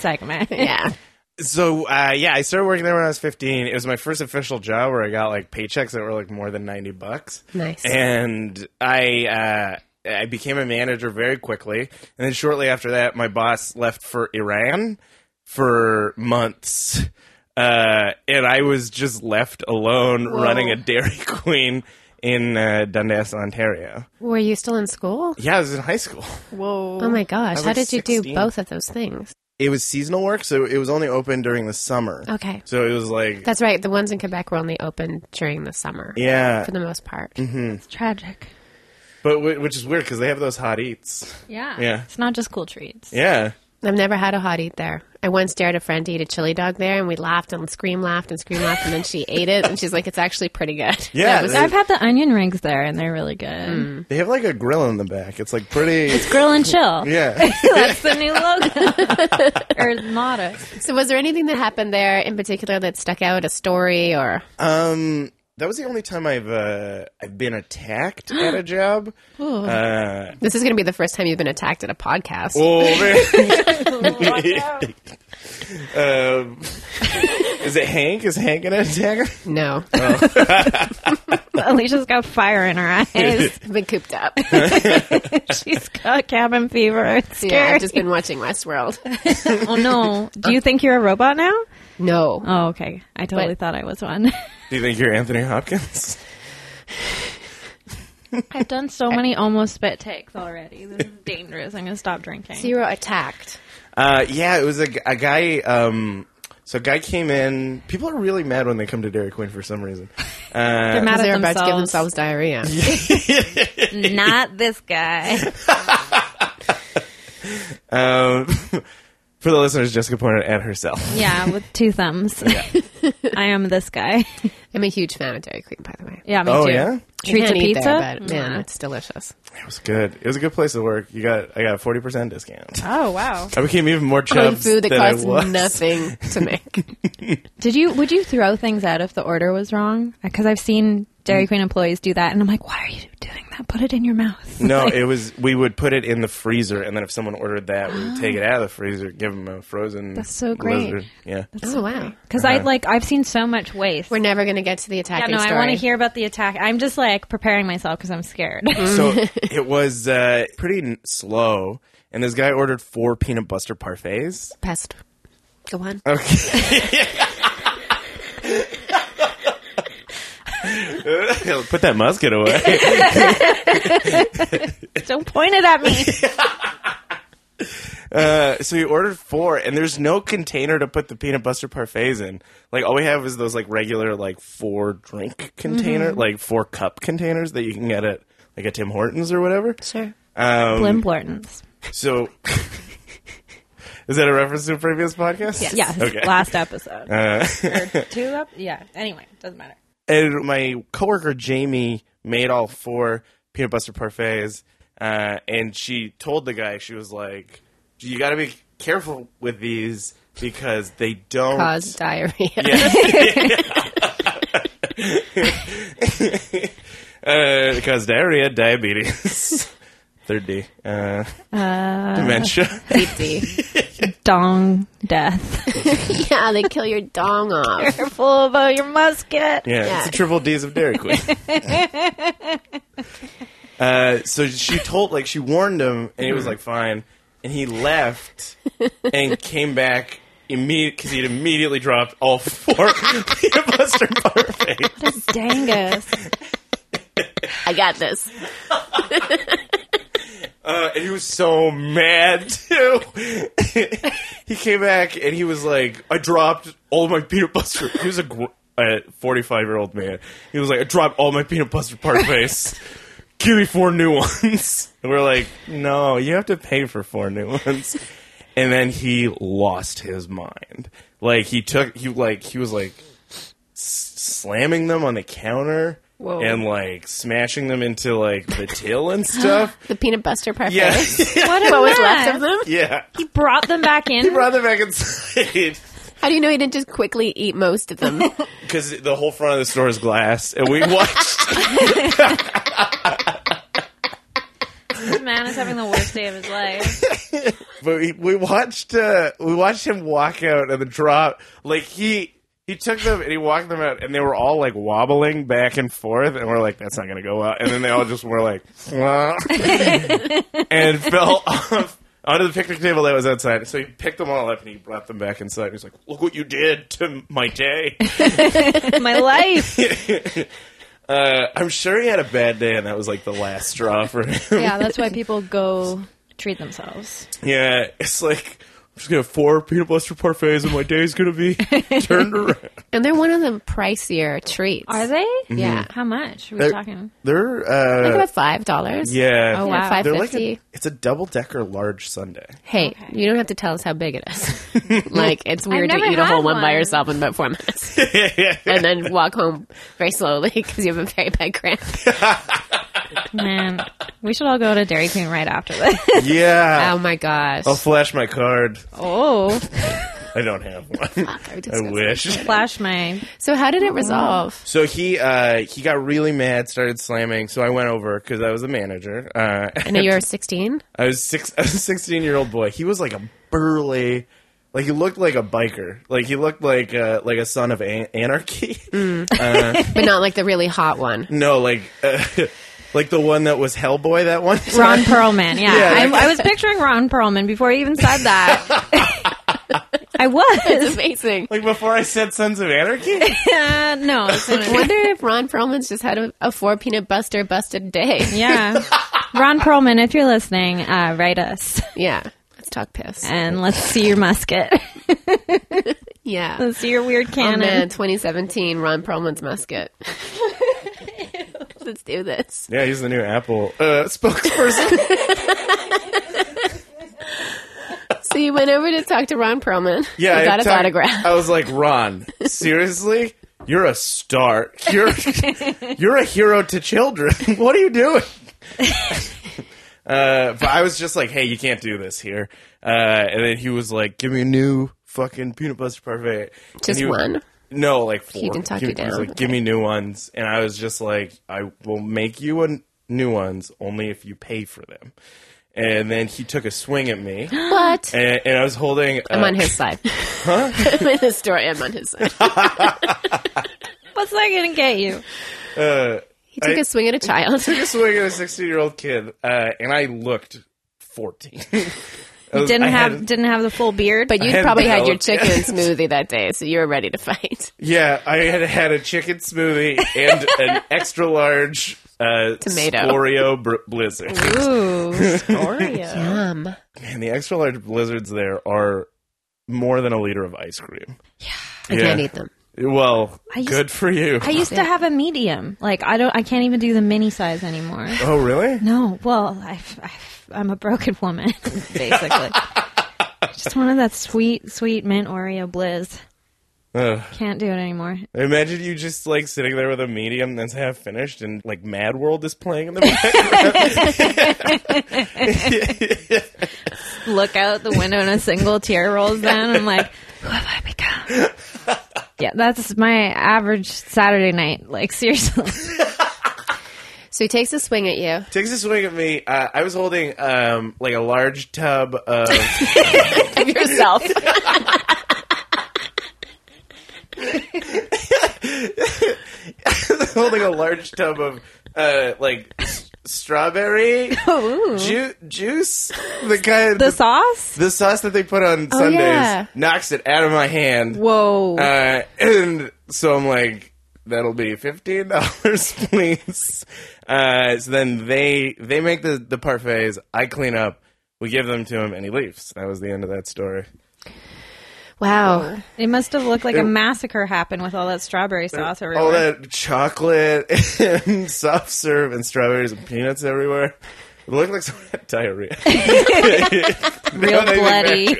Speaker 2: segment.
Speaker 1: yeah.
Speaker 3: So uh, yeah, I started working there when I was 15. It was my first official job where I got like paychecks that were like more than 90 bucks.
Speaker 1: Nice.
Speaker 3: And I uh, I became a manager very quickly, and then shortly after that, my boss left for Iran for months, uh, and I was just left alone running a Dairy Queen in uh, Dundas, Ontario.
Speaker 1: Were you still in school?
Speaker 3: Yeah, I was in high school.
Speaker 2: Whoa.
Speaker 1: Oh my
Speaker 3: I
Speaker 1: gosh.
Speaker 3: was
Speaker 1: How did you
Speaker 3: 16.
Speaker 1: do both of those things?
Speaker 3: It was seasonal work, so it was only open during the summer.
Speaker 1: Okay.
Speaker 3: So it was like.
Speaker 1: That's right. The ones in Quebec were only open during the summer
Speaker 3: yeah, Mm-hmm.
Speaker 1: for the most part.
Speaker 2: It's tragic.
Speaker 3: But w- which is weird because they have those hot eats.
Speaker 2: Yeah.
Speaker 3: Yeah.
Speaker 2: It's not just cool treats.
Speaker 3: Yeah.
Speaker 1: I've never had a hot eat there. I once dared a friend to eat a chili dog there, and we laughed and scream laughed and scream laughed, and then she ate it, and she's like, "It's actually pretty good."
Speaker 3: Yeah.
Speaker 1: That was-
Speaker 3: they,
Speaker 2: I've had the onion rings there, and they're really good.
Speaker 3: they have like a grill in the back. It's like pretty.
Speaker 2: Grill and chill.
Speaker 3: yeah.
Speaker 2: That's the new logo or motto.
Speaker 1: so, was there anything that happened there in particular that stuck out? A story or
Speaker 3: Um, that was the only time I've uh, I've been attacked at a job. Uh,
Speaker 1: this is going to be the first time you've been attacked at a podcast?
Speaker 3: oh man. um, is it Hank? Is Hank an attacker?
Speaker 1: No,
Speaker 2: Alicia's got fire in her eyes.
Speaker 1: I've been cooped up.
Speaker 2: She's got cabin fever. It's scary.
Speaker 1: yeah, I've just been watching Westworld.
Speaker 2: oh no! Do you think you're a robot now?
Speaker 1: No,
Speaker 2: Oh, okay. I totally
Speaker 1: But-
Speaker 2: thought I was one.
Speaker 3: Do you think you're Anthony Hopkins?
Speaker 2: I've done so many almost spit takes already. This is dangerous. I'm gonna stop drinking.
Speaker 1: so you were attacked.
Speaker 3: Uh, yeah, it was a, g- a guy. Um, so a guy came in. People are really mad when they come to Dairy Queen for some reason.
Speaker 2: they're mad
Speaker 1: They're
Speaker 2: at
Speaker 1: about to give
Speaker 2: themselves.
Speaker 1: themselves diarrhea.
Speaker 2: Not this guy.
Speaker 3: Um, for the listeners, Jessica pointed at herself.
Speaker 2: yeah, with two thumbs. I am this guy.
Speaker 1: I'm a huge fan of Dairy Queen, by the way.
Speaker 2: Yeah, me
Speaker 3: Oh,
Speaker 2: too.
Speaker 3: yeah?
Speaker 1: I
Speaker 2: Treats
Speaker 1: can't
Speaker 2: and
Speaker 1: eat
Speaker 2: pizza. Mm-hmm.
Speaker 1: there, but man, it's delicious.
Speaker 3: It was good. It was a good place to work. You got I got a forty percent discount.
Speaker 2: oh wow.
Speaker 3: I became even more
Speaker 1: On
Speaker 3: chubbed
Speaker 1: food that
Speaker 3: than I
Speaker 1: costs
Speaker 3: was.
Speaker 1: nothing to make.
Speaker 2: Did you would you throw things out if the order was wrong? Because I've seen
Speaker 3: Mm.
Speaker 2: Dairy Queen employees do that, and I'm like, why are you doing that? Put it in your mouth.
Speaker 3: No, it was we would put it in the freezer, and then if someone ordered that, we would take it out of the freezer, give them a frozen.
Speaker 2: That's so great.
Speaker 3: blizzard. Yeah,
Speaker 1: oh wow.
Speaker 2: Because
Speaker 3: Uh-huh.
Speaker 2: I like I've seen so much waste.
Speaker 1: We're never going to get to the
Speaker 2: yeah,
Speaker 1: attacking
Speaker 2: no,
Speaker 1: story.
Speaker 2: I want to hear about the attack. I'm just like preparing myself because I'm scared.
Speaker 3: so it was uh, pretty n- slow. And this guy ordered four peanut butter parfaits.
Speaker 1: Pest. Go on.
Speaker 3: Put that musket away.
Speaker 2: Don't point it
Speaker 3: Um,
Speaker 2: at me.
Speaker 3: Uh, so he ordered four, and there's no container to put the peanut butter parfaits in. Like all we have is those like regular like four drink container,
Speaker 1: Mm-hmm.
Speaker 3: like four cup containers that you can get at like a Tim Hortons or whatever.
Speaker 1: Sure.
Speaker 3: Um,
Speaker 2: Blim Blortons.
Speaker 3: so is that a reference to a previous podcast?
Speaker 2: Yes,
Speaker 3: Okay.
Speaker 2: last episode.
Speaker 3: Uh,
Speaker 2: Or two up. Yeah. Anyway, doesn't matter.
Speaker 3: and my coworker Jamie made all four peanut butter parfaits, uh, and she told the guy she was like, "You got to be careful with these because they don't
Speaker 1: Cause diarrhea.
Speaker 3: uh, cause diarrhea, diabetes, third D, uh, dementia.
Speaker 1: Deep D.
Speaker 2: Dong death.
Speaker 1: yeah, they kill your dong off.
Speaker 2: Careful about your musket.
Speaker 3: Yeah,
Speaker 1: Yeah.
Speaker 3: it's the triple D's of Dairy Queen. uh, so she told, like, she warned him, and he was like, fine. And he left and came back immediately because he'd immediately dropped all four peanut butter parfaits.
Speaker 2: Dangus.
Speaker 1: I got this.
Speaker 3: Uh, and he was so mad too. he came back and he was like, "I dropped all my peanut butter." He was a gr- a forty-five-year-old man. He was like, "I dropped all my peanut butter parfaits. Give me four new ones." And we're like, "No, you have to pay for four new ones." And then he lost his mind. Like he took he like he was like s- slamming them on the counter.
Speaker 2: Whoa.
Speaker 3: and like smashing them into like the till and stuff.
Speaker 1: The peanut butter parfait.
Speaker 3: Yeah,
Speaker 2: what,
Speaker 1: What was left of them?
Speaker 3: yeah.
Speaker 2: He brought them back in.
Speaker 3: Brought them back inside
Speaker 1: How do you know he didn't just quickly eat most of them?
Speaker 3: because the whole front of the store is glass, and we watched.
Speaker 2: this man is having the worst day of his life.
Speaker 3: but we, we watched. Uh, we watched him walk out and the drop. Like he. He took them and he walked them out, and they were all like wobbling back and forth. And we're like, "That's not gonna go well." And then they all just were like, and fell off onto the picnic table that was outside. So he picked them all up and he brought them back inside. He's like, "Look what you did to my day."
Speaker 2: My life.
Speaker 3: Uh, I'm sure he had a bad day, and that was like the last straw for him.
Speaker 2: Yeah, that's why people go treat themselves.
Speaker 3: yeah, it's like I'm just gonna have four peanut butter parfaits, and my day's gonna be turned around.
Speaker 1: and they're one of the pricier treats.
Speaker 2: Are they?
Speaker 1: Yeah.
Speaker 2: How much? Are we
Speaker 3: They're-
Speaker 2: talking?
Speaker 3: They're
Speaker 1: They're
Speaker 3: uh,
Speaker 1: about five dollars.
Speaker 3: yeah,
Speaker 2: Oh, wow.
Speaker 1: five
Speaker 3: they're like a,
Speaker 1: fifty.
Speaker 3: it's a double decker large Sunday.
Speaker 1: Hey, you don't have to tell us how big it is. like it's weird to
Speaker 2: never
Speaker 1: eat a whole
Speaker 2: had
Speaker 1: one. by
Speaker 2: one.
Speaker 1: yourself in about four minutes, and then walk home very slowly because you have a very bad cramp.
Speaker 2: Man, we should all go to Dairy Queen right after this.
Speaker 3: yeah,
Speaker 1: Oh my gosh!
Speaker 3: I'll flash my card.
Speaker 2: oh,
Speaker 3: I don't have one.
Speaker 1: Fuck,
Speaker 3: I wish.
Speaker 2: flash my.
Speaker 1: So how did it resolve?
Speaker 3: So he uh, he got really mad, started slamming. So I went over because I was a manager. Uh,
Speaker 1: I know you were sixteen.
Speaker 3: I was six, I was a sixteen year old boy. He was like a burly, like he looked like a biker. Like he looked like uh, like a son of an- anarchy.
Speaker 1: but not like the really hot one.
Speaker 3: no, like uh, like the one that was Hellboy. That one.
Speaker 2: Ron Perlman, yeah.
Speaker 3: Yeah,
Speaker 2: I, I was picturing Ron Perlman before he even said that. I was.
Speaker 1: It's amazing.
Speaker 3: Like before I said Sons of Anarchy.
Speaker 2: Uh, no. it's not-
Speaker 1: I wonder if Ron Perlman's just had a, a four peanut buster busted day.
Speaker 2: Yeah. Ron Perlman, if you're listening, uh, write us
Speaker 1: Yeah. Let's talk piss.
Speaker 2: and let's see your musket.
Speaker 1: Yeah.
Speaker 2: let's see your weird
Speaker 1: Oh man,
Speaker 2: cannon.
Speaker 1: 2017, Ron Perlman's musket. Let's do this.
Speaker 3: yeah, he's the new Apple uh, spokesperson.
Speaker 1: So you went over to talk to Ron Perlman.
Speaker 3: Yeah,
Speaker 1: You
Speaker 3: I
Speaker 1: got his
Speaker 3: talked-
Speaker 1: autograph.
Speaker 3: I was like, Ron, seriously. You're a star. You're you're a hero to children. What are you doing? Uh, but I was just like, hey, you can't do this here. Uh, and then he was like, give me a new fucking peanut butter parfait. And
Speaker 1: Just
Speaker 3: he-
Speaker 1: one?
Speaker 3: No, like four.
Speaker 1: can talk
Speaker 3: Give-
Speaker 1: you
Speaker 3: he was
Speaker 1: down.
Speaker 3: like, give me new ones. And I was just like, I will make you a new ones only if you pay for them. And then he took a swing at me,
Speaker 1: What?
Speaker 3: and, and I was holding.
Speaker 1: I'm
Speaker 3: uh,
Speaker 1: on his side. I'm in this story. I'm on his side.
Speaker 2: What's that going to get you?
Speaker 1: He took a
Speaker 3: I-
Speaker 1: swing at a child.
Speaker 3: took a swing at a 16 year old kid, uh, and I looked 14. I was-
Speaker 2: Didn't
Speaker 3: I
Speaker 2: have
Speaker 3: had-
Speaker 2: didn't have the full beard,
Speaker 1: But you
Speaker 3: had
Speaker 1: probably had your
Speaker 3: developed-
Speaker 1: chicken smoothie that day, so you were ready to fight.
Speaker 3: yeah, I had had a chicken smoothie and an extra large uh,
Speaker 1: Tomato.
Speaker 3: Oreo br- blizzard.
Speaker 2: ooh, Oreo.
Speaker 1: Um,
Speaker 3: And the extra large blizzards there are more than a liter of ice cream.
Speaker 1: I can't eat them.
Speaker 3: Well,
Speaker 2: I used-
Speaker 3: good for you.
Speaker 2: I used to have a medium. Like I don't, I can't even do the mini size anymore.
Speaker 3: oh, really?
Speaker 2: No, well, I've, I've, I'm a broken woman, basically. Just wanted that sweet, sweet mint Oreo blizz.
Speaker 3: Ugh.
Speaker 2: Can't do it anymore.
Speaker 3: Imagine you just like sitting there with a medium that's half finished and like Mad World is playing in the background.
Speaker 2: Look out the window and a single tear rolls down. I'm like, who have I become? Yeah, that's my average Saturday night. Like seriously,
Speaker 1: So he takes a swing at you.
Speaker 3: Takes a swing at me. Uh, I was holding um, like a large tub of
Speaker 1: Of yourself.
Speaker 3: holding a large tub of uh, like s- strawberry ju- juice. The kind
Speaker 2: the
Speaker 3: the,
Speaker 2: sauce.
Speaker 3: the sauce that they put on Sundays
Speaker 1: yeah.
Speaker 3: knocks it out of my hand.
Speaker 2: Whoa,
Speaker 3: Uh, and so I'm like, that'll be fifteen dollars, please. Uh, so then they they make the the parfaits. I clean up. We give them to him, and he leaves. That was the end of that story.
Speaker 1: Wow.
Speaker 2: it must have looked like a massacre happened with all that strawberry sauce everywhere.
Speaker 3: All that chocolate and soft serve and strawberries and peanuts everywhere. It looked like someone had diarrhea.
Speaker 2: Real bloody.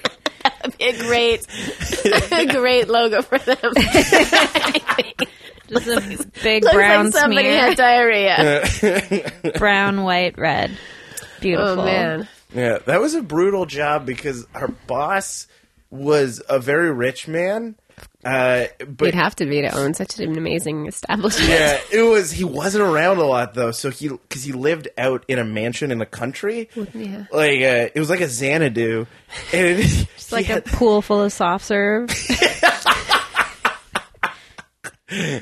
Speaker 1: a great, a great logo for them.
Speaker 2: Just a big
Speaker 1: Looks
Speaker 2: brown
Speaker 1: like somebody
Speaker 2: smear.
Speaker 1: had diarrhea.
Speaker 2: brown, white, red.
Speaker 1: oh
Speaker 2: Beautiful.
Speaker 1: man.
Speaker 3: Yeah, that was a brutal job because her boss was a very rich man. Uh, but
Speaker 1: You'd have to be to own such an amazing establishment.
Speaker 3: yeah, it was. He wasn't around a lot though, so he because he lived out in a mansion in the country.
Speaker 1: Yeah.
Speaker 3: Like uh, it was like a Xanadu, and it,
Speaker 2: It's like a pool full of soft serve.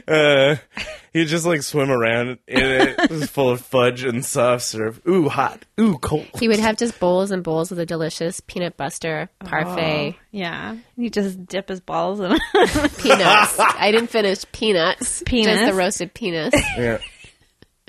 Speaker 3: uh, he'd just like swim around in it. It was full of fudge and soft serve. Ooh, hot. Ooh, cold.
Speaker 1: He would have just bowls and bowls of the delicious peanut butter parfait
Speaker 3: Oh.
Speaker 2: Yeah. He just dip his balls in
Speaker 1: peanuts. I didn't finish peanuts.
Speaker 2: Penis.
Speaker 1: Just the roasted penis.
Speaker 3: Yeah.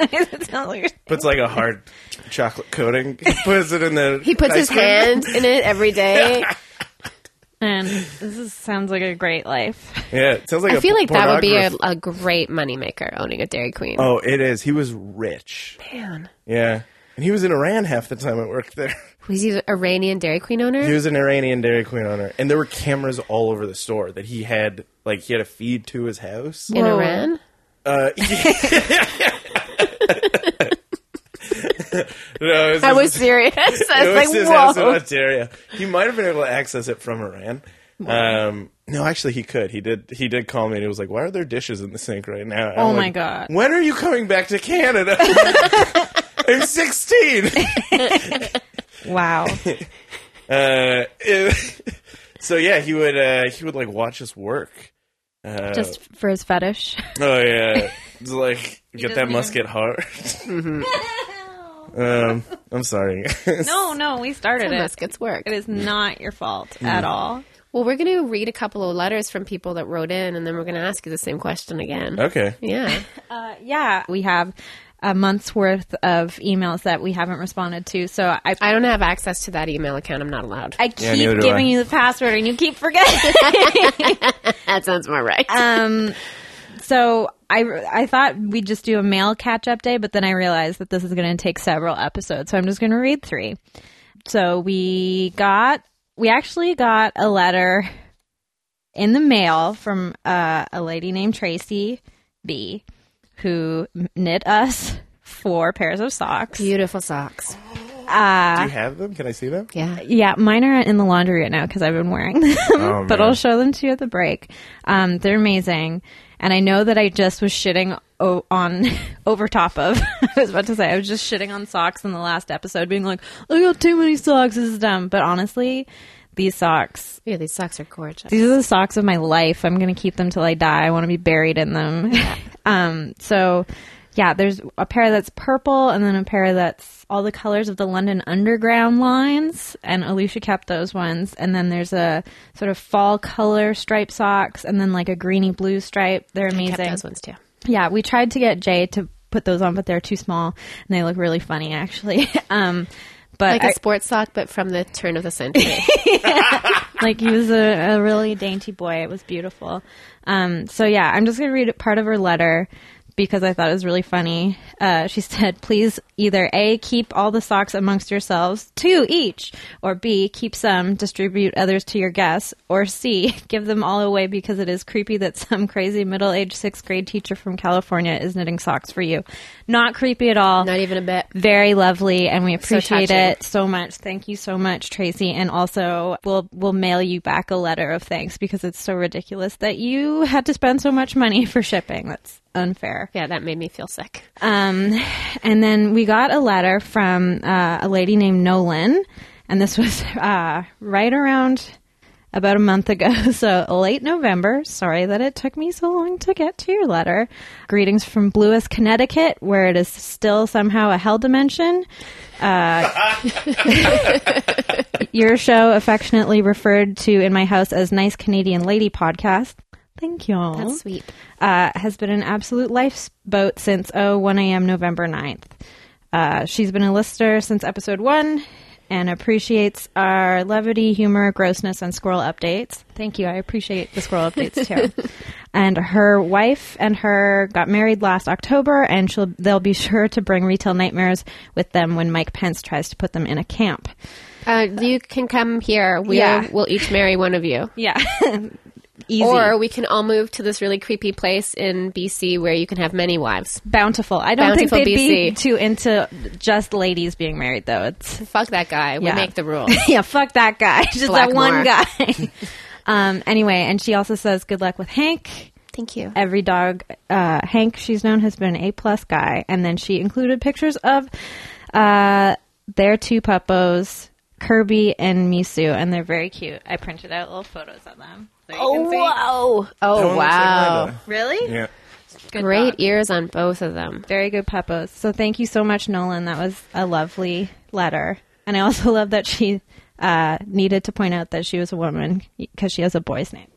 Speaker 2: it. sounds like
Speaker 3: Puts like a hard chocolate coating. He puts it in the.
Speaker 1: He puts his
Speaker 3: ice cream.
Speaker 1: hand in it every day.
Speaker 2: and this is, sounds like a great life.
Speaker 3: Yeah, it sounds like
Speaker 1: I feel like that would be a,
Speaker 3: pornographer.
Speaker 1: a great moneymaker owning a Dairy Queen.
Speaker 3: Oh, it is. He was rich.
Speaker 1: man.
Speaker 3: Yeah. And he was in Iran half the time I worked there.
Speaker 1: Was he an Iranian Dairy Queen owner?
Speaker 3: He was an Iranian Dairy Queen owner. And there were cameras all over the store that he had, like, he had to feed to his house.
Speaker 1: in
Speaker 2: Whoa.
Speaker 1: Iran?
Speaker 3: Uh, no, it was
Speaker 1: I
Speaker 3: his-
Speaker 1: was serious. I
Speaker 3: it was
Speaker 1: was,
Speaker 3: his
Speaker 1: like,
Speaker 3: house in
Speaker 1: whoa.
Speaker 3: Ontario. He might have been able to access it from Iran. Um, no, actually, he could. He did. He did call me, and he was like, "Why are there dishes in the sink right now?" I'm
Speaker 2: Oh my
Speaker 3: like,
Speaker 2: God.
Speaker 3: When are you coming back to Canada? I'm 16.
Speaker 2: Wow.
Speaker 3: Uh, it- so yeah, he would uh, he would like watch us work. Uh,
Speaker 2: Just for his fetish.
Speaker 3: oh yeah, It's like get that
Speaker 2: doesn't
Speaker 3: musket hard. um, I'm sorry.
Speaker 2: Mm-hmm. no, no, we started it.
Speaker 1: Muskets work.
Speaker 2: It is not your fault at all.
Speaker 1: Well, we're going to read a couple of letters from people that wrote in, and then we're going to ask you the same question again.
Speaker 3: okay.
Speaker 1: Yeah.
Speaker 2: Uh, yeah, we have a month's worth of emails that we haven't responded to. So I, I,
Speaker 1: I don't have access to that email account. I'm not allowed.
Speaker 2: keep
Speaker 3: Yeah, neither do
Speaker 2: giving
Speaker 3: I.
Speaker 2: you the password and you keep forgetting.
Speaker 1: that sounds more right.
Speaker 2: um, so I, I thought we'd just do a mail catch up day, but then I realized that this is going to take several episodes. So I'm just going to read three. So we got, we actually got a letter in the mail from uh, a lady named Tracy B, who knit us four pairs of socks. Uh,
Speaker 1: Beautiful socks.
Speaker 3: Do you have them? Can I see them?
Speaker 1: Yeah.
Speaker 2: Yeah, mine are in the laundry right now because I've been wearing them,
Speaker 3: Oh,
Speaker 2: but
Speaker 3: man.
Speaker 2: I'll show them to you at the break. Um, they're amazing, and I know that I just was shitting o- on over top of. I was about to say I was just shitting on socks in the last episode, being like, "I got too many socks. This is dumb." But honestly, these socks,
Speaker 1: Yeah, these socks are gorgeous.
Speaker 2: these are the socks of my life. I'm gonna keep them till I die. I want to be buried in them. um, so. Yeah, there's a pair that's purple and then a pair that's all the colors of the London Underground lines. And Alicia kept those ones. And then there's a sort of fall color stripe socks and then like a greeny blue stripe. They're
Speaker 1: I kept
Speaker 2: amazing.
Speaker 1: those ones too.
Speaker 2: Yeah, we tried to get Jay to put those on, but they're too small and they look really funny actually. um, but
Speaker 1: Like
Speaker 2: I-
Speaker 1: a sports sock, but from the turn of the century.
Speaker 2: like he was a, a really dainty boy. It was beautiful. Um, so yeah, I'm just gonna read part of her letter because I thought it was really funny. Uh, she said, "Please either a keep all the socks amongst yourselves, two each, or b keep some, distribute others to your guests, or c give them all away because it is creepy that some crazy middle-aged sixth grade teacher from California is knitting socks for you. Not creepy at all
Speaker 1: Not even a bit.
Speaker 2: very lovely and we appreciate
Speaker 1: touching.
Speaker 2: it so much thank you so much tracy and also we'll we'll mail you back a letter of thanks because it's so ridiculous that you had to spend so much money for shipping that's unfair
Speaker 1: Yeah, that made me feel sick.
Speaker 2: um, and then we got a letter from uh, a lady named Nolan, and this was uh, right around about a month ago, so late November. Sorry that it took me so long to get to your letter. Greetings from Bluest, Connecticut, where it is still somehow a hell dimension. Uh, your show, affectionately referred to in my house as Nice Canadian Lady Podcast. Thank you.
Speaker 1: That's sweet.
Speaker 2: uh, has been an absolute lifeboat since oh one a.m. November 9th. Uh, she's been a listener since episode one and appreciates our levity, humor, grossness, and squirrel updates. Thank you. I appreciate the squirrel updates too. and her wife and her got married last October, and she'll they'll be sure to bring retail nightmares with them when Mike Pence tries to put them in a camp.
Speaker 1: Uh, you can come here. We
Speaker 2: Yeah.
Speaker 1: will each marry one of you.
Speaker 2: Yeah. easy.
Speaker 1: Or we can all move to this really creepy place in BC where you can have many wives.
Speaker 2: bountiful. I don't
Speaker 1: Bountiful
Speaker 2: think they'd be
Speaker 1: BC.
Speaker 2: too into just ladies being married though. It's
Speaker 1: Fuck that guy. We
Speaker 2: Yeah.
Speaker 1: make the rules.
Speaker 2: yeah, fuck that guy. Just that one guy. um, anyway, and she also says good luck with Hank.
Speaker 1: Thank you.
Speaker 2: Every dog uh, Hank she's known has been an A plus guy, and then she included pictures of uh, their two puppos, Kirby and Misu, and they're very cute. I printed out little photos of them. So you can see.
Speaker 1: wow. Oh,
Speaker 3: one looks like
Speaker 1: wow.
Speaker 3: Linda.
Speaker 2: Really?
Speaker 3: Yeah.
Speaker 2: Good
Speaker 1: Great
Speaker 2: dog.
Speaker 1: ears on both of them.
Speaker 2: Very good puppos. So thank you so much, Nolan. That was a lovely letter. And I also love that she uh, needed to point out that she was a woman because she has a boy's name.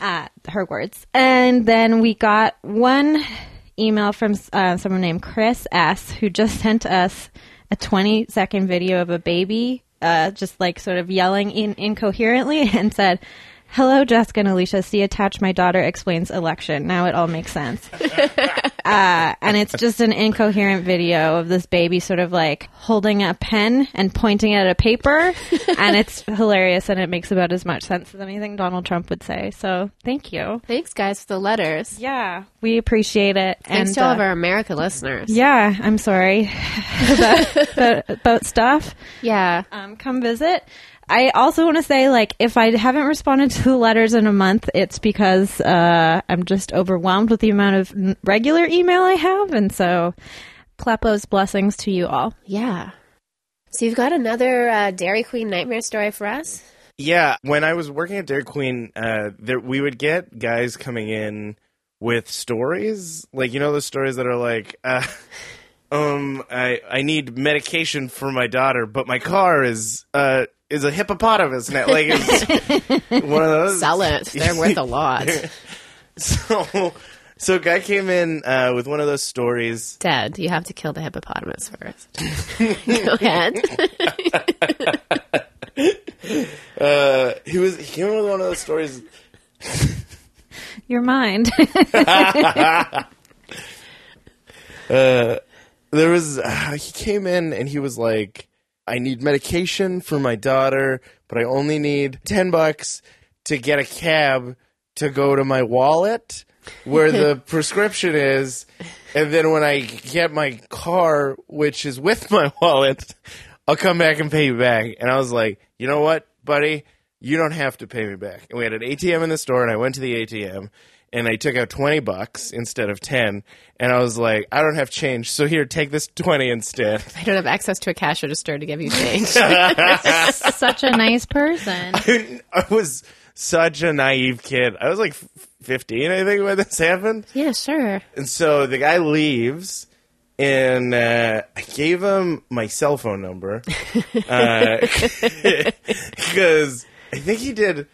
Speaker 2: uh, her words. And then we got one email from uh, someone named Chris S., who just sent us a 20 second video of a baby uh, just like sort of yelling in- incoherently and said, Hello, Jessica and Alicia. See attached. My daughter explains election. Now it all makes sense and it's just an incoherent video of this baby sort of like holding a pen and pointing at a paper and it's hilarious and it makes about as much sense as anything donald trump would say so thank you
Speaker 1: Thanks, guys, for the letters.
Speaker 2: yeah we appreciate it
Speaker 1: Thanks
Speaker 2: and
Speaker 1: to all of
Speaker 2: uh,
Speaker 1: our America listeners.
Speaker 2: yeah i'm sorry about, about, about stuff
Speaker 1: Yeah.
Speaker 2: um, come visit. I also want to say, like, if I haven't responded to the letters in a month, it's because uh, I'm just overwhelmed with the amount of n- regular email I have, and so Pleppo's blessings to you all.
Speaker 1: Yeah. So you've got another uh, Dairy Queen nightmare story for us?
Speaker 3: Yeah, when I was working at Dairy Queen, uh, there, we would get guys coming in with stories, like you know those stories that are like, uh, um, I I need medication for my daughter, but my car is uh is a hippopotamus now, like it's one of those.
Speaker 1: Sell it. They're worth a lot.
Speaker 3: So, so a guy came in uh, with one of those stories.
Speaker 1: Ted, you have to kill the hippopotamus first. Go ahead.
Speaker 3: Uh, he was he came in with one of those stories.
Speaker 2: Your mind.
Speaker 3: there was uh, he came in and he was like i need medication for my daughter but i only need 10 bucks to get a cab to go to my wallet where the prescription is and then when i get my car which is with my wallet i'll come back and pay you back and i was like you know what buddy you don't have to pay me back. And we had an ATM in the store, and I went to the ATM and I took out 20 bucks instead of 10. And I was like, I don't have change, so here, take this 20 instead.
Speaker 1: I don't have access to a cash register to give you change.
Speaker 2: Such a nice person.
Speaker 3: I was such a naive kid. I was like f- 15, I think, when this happened.
Speaker 1: yeah, sure.
Speaker 3: And so the guy leaves, and uh, I gave him my cell phone number because I think he did.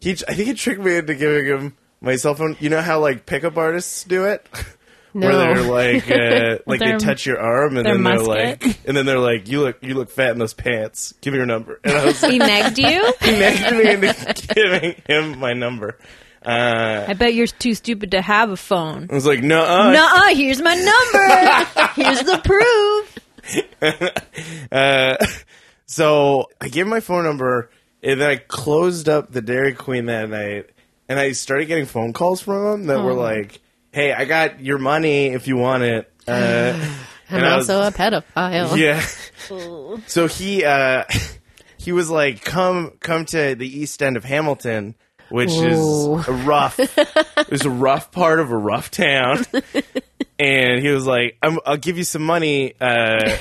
Speaker 3: He, I think he tricked me into giving him my cell phone. You know how like pickup artists do it, where
Speaker 1: No.
Speaker 3: they're like, uh, like they
Speaker 2: Their-
Speaker 3: touch your arm and
Speaker 2: their
Speaker 3: then they're
Speaker 2: musket.
Speaker 3: like, and then they're like, you look, you look fat in those pants. Give me your number. And I was like,
Speaker 2: He negged you.
Speaker 3: he nagged me into giving him my number. Uh,
Speaker 2: I bet you're too stupid to have a phone.
Speaker 3: I was like, no,
Speaker 2: Nuh-uh, here's my number. Here's the proof.
Speaker 3: So I gave my phone number, and then I closed up the Dairy Queen that night, and I started getting phone calls from them that were like, "Hey, I got your money if you want it." Uh,
Speaker 1: I'm
Speaker 3: And I was-
Speaker 1: also a pedophile.
Speaker 3: yeah. So he uh, he was like, "Come, come to the East End of Hamilton." Which
Speaker 1: Ooh.
Speaker 3: is a rough. it was a rough part of a rough town, and he was like, I'm, "I'll give you some money. Uh,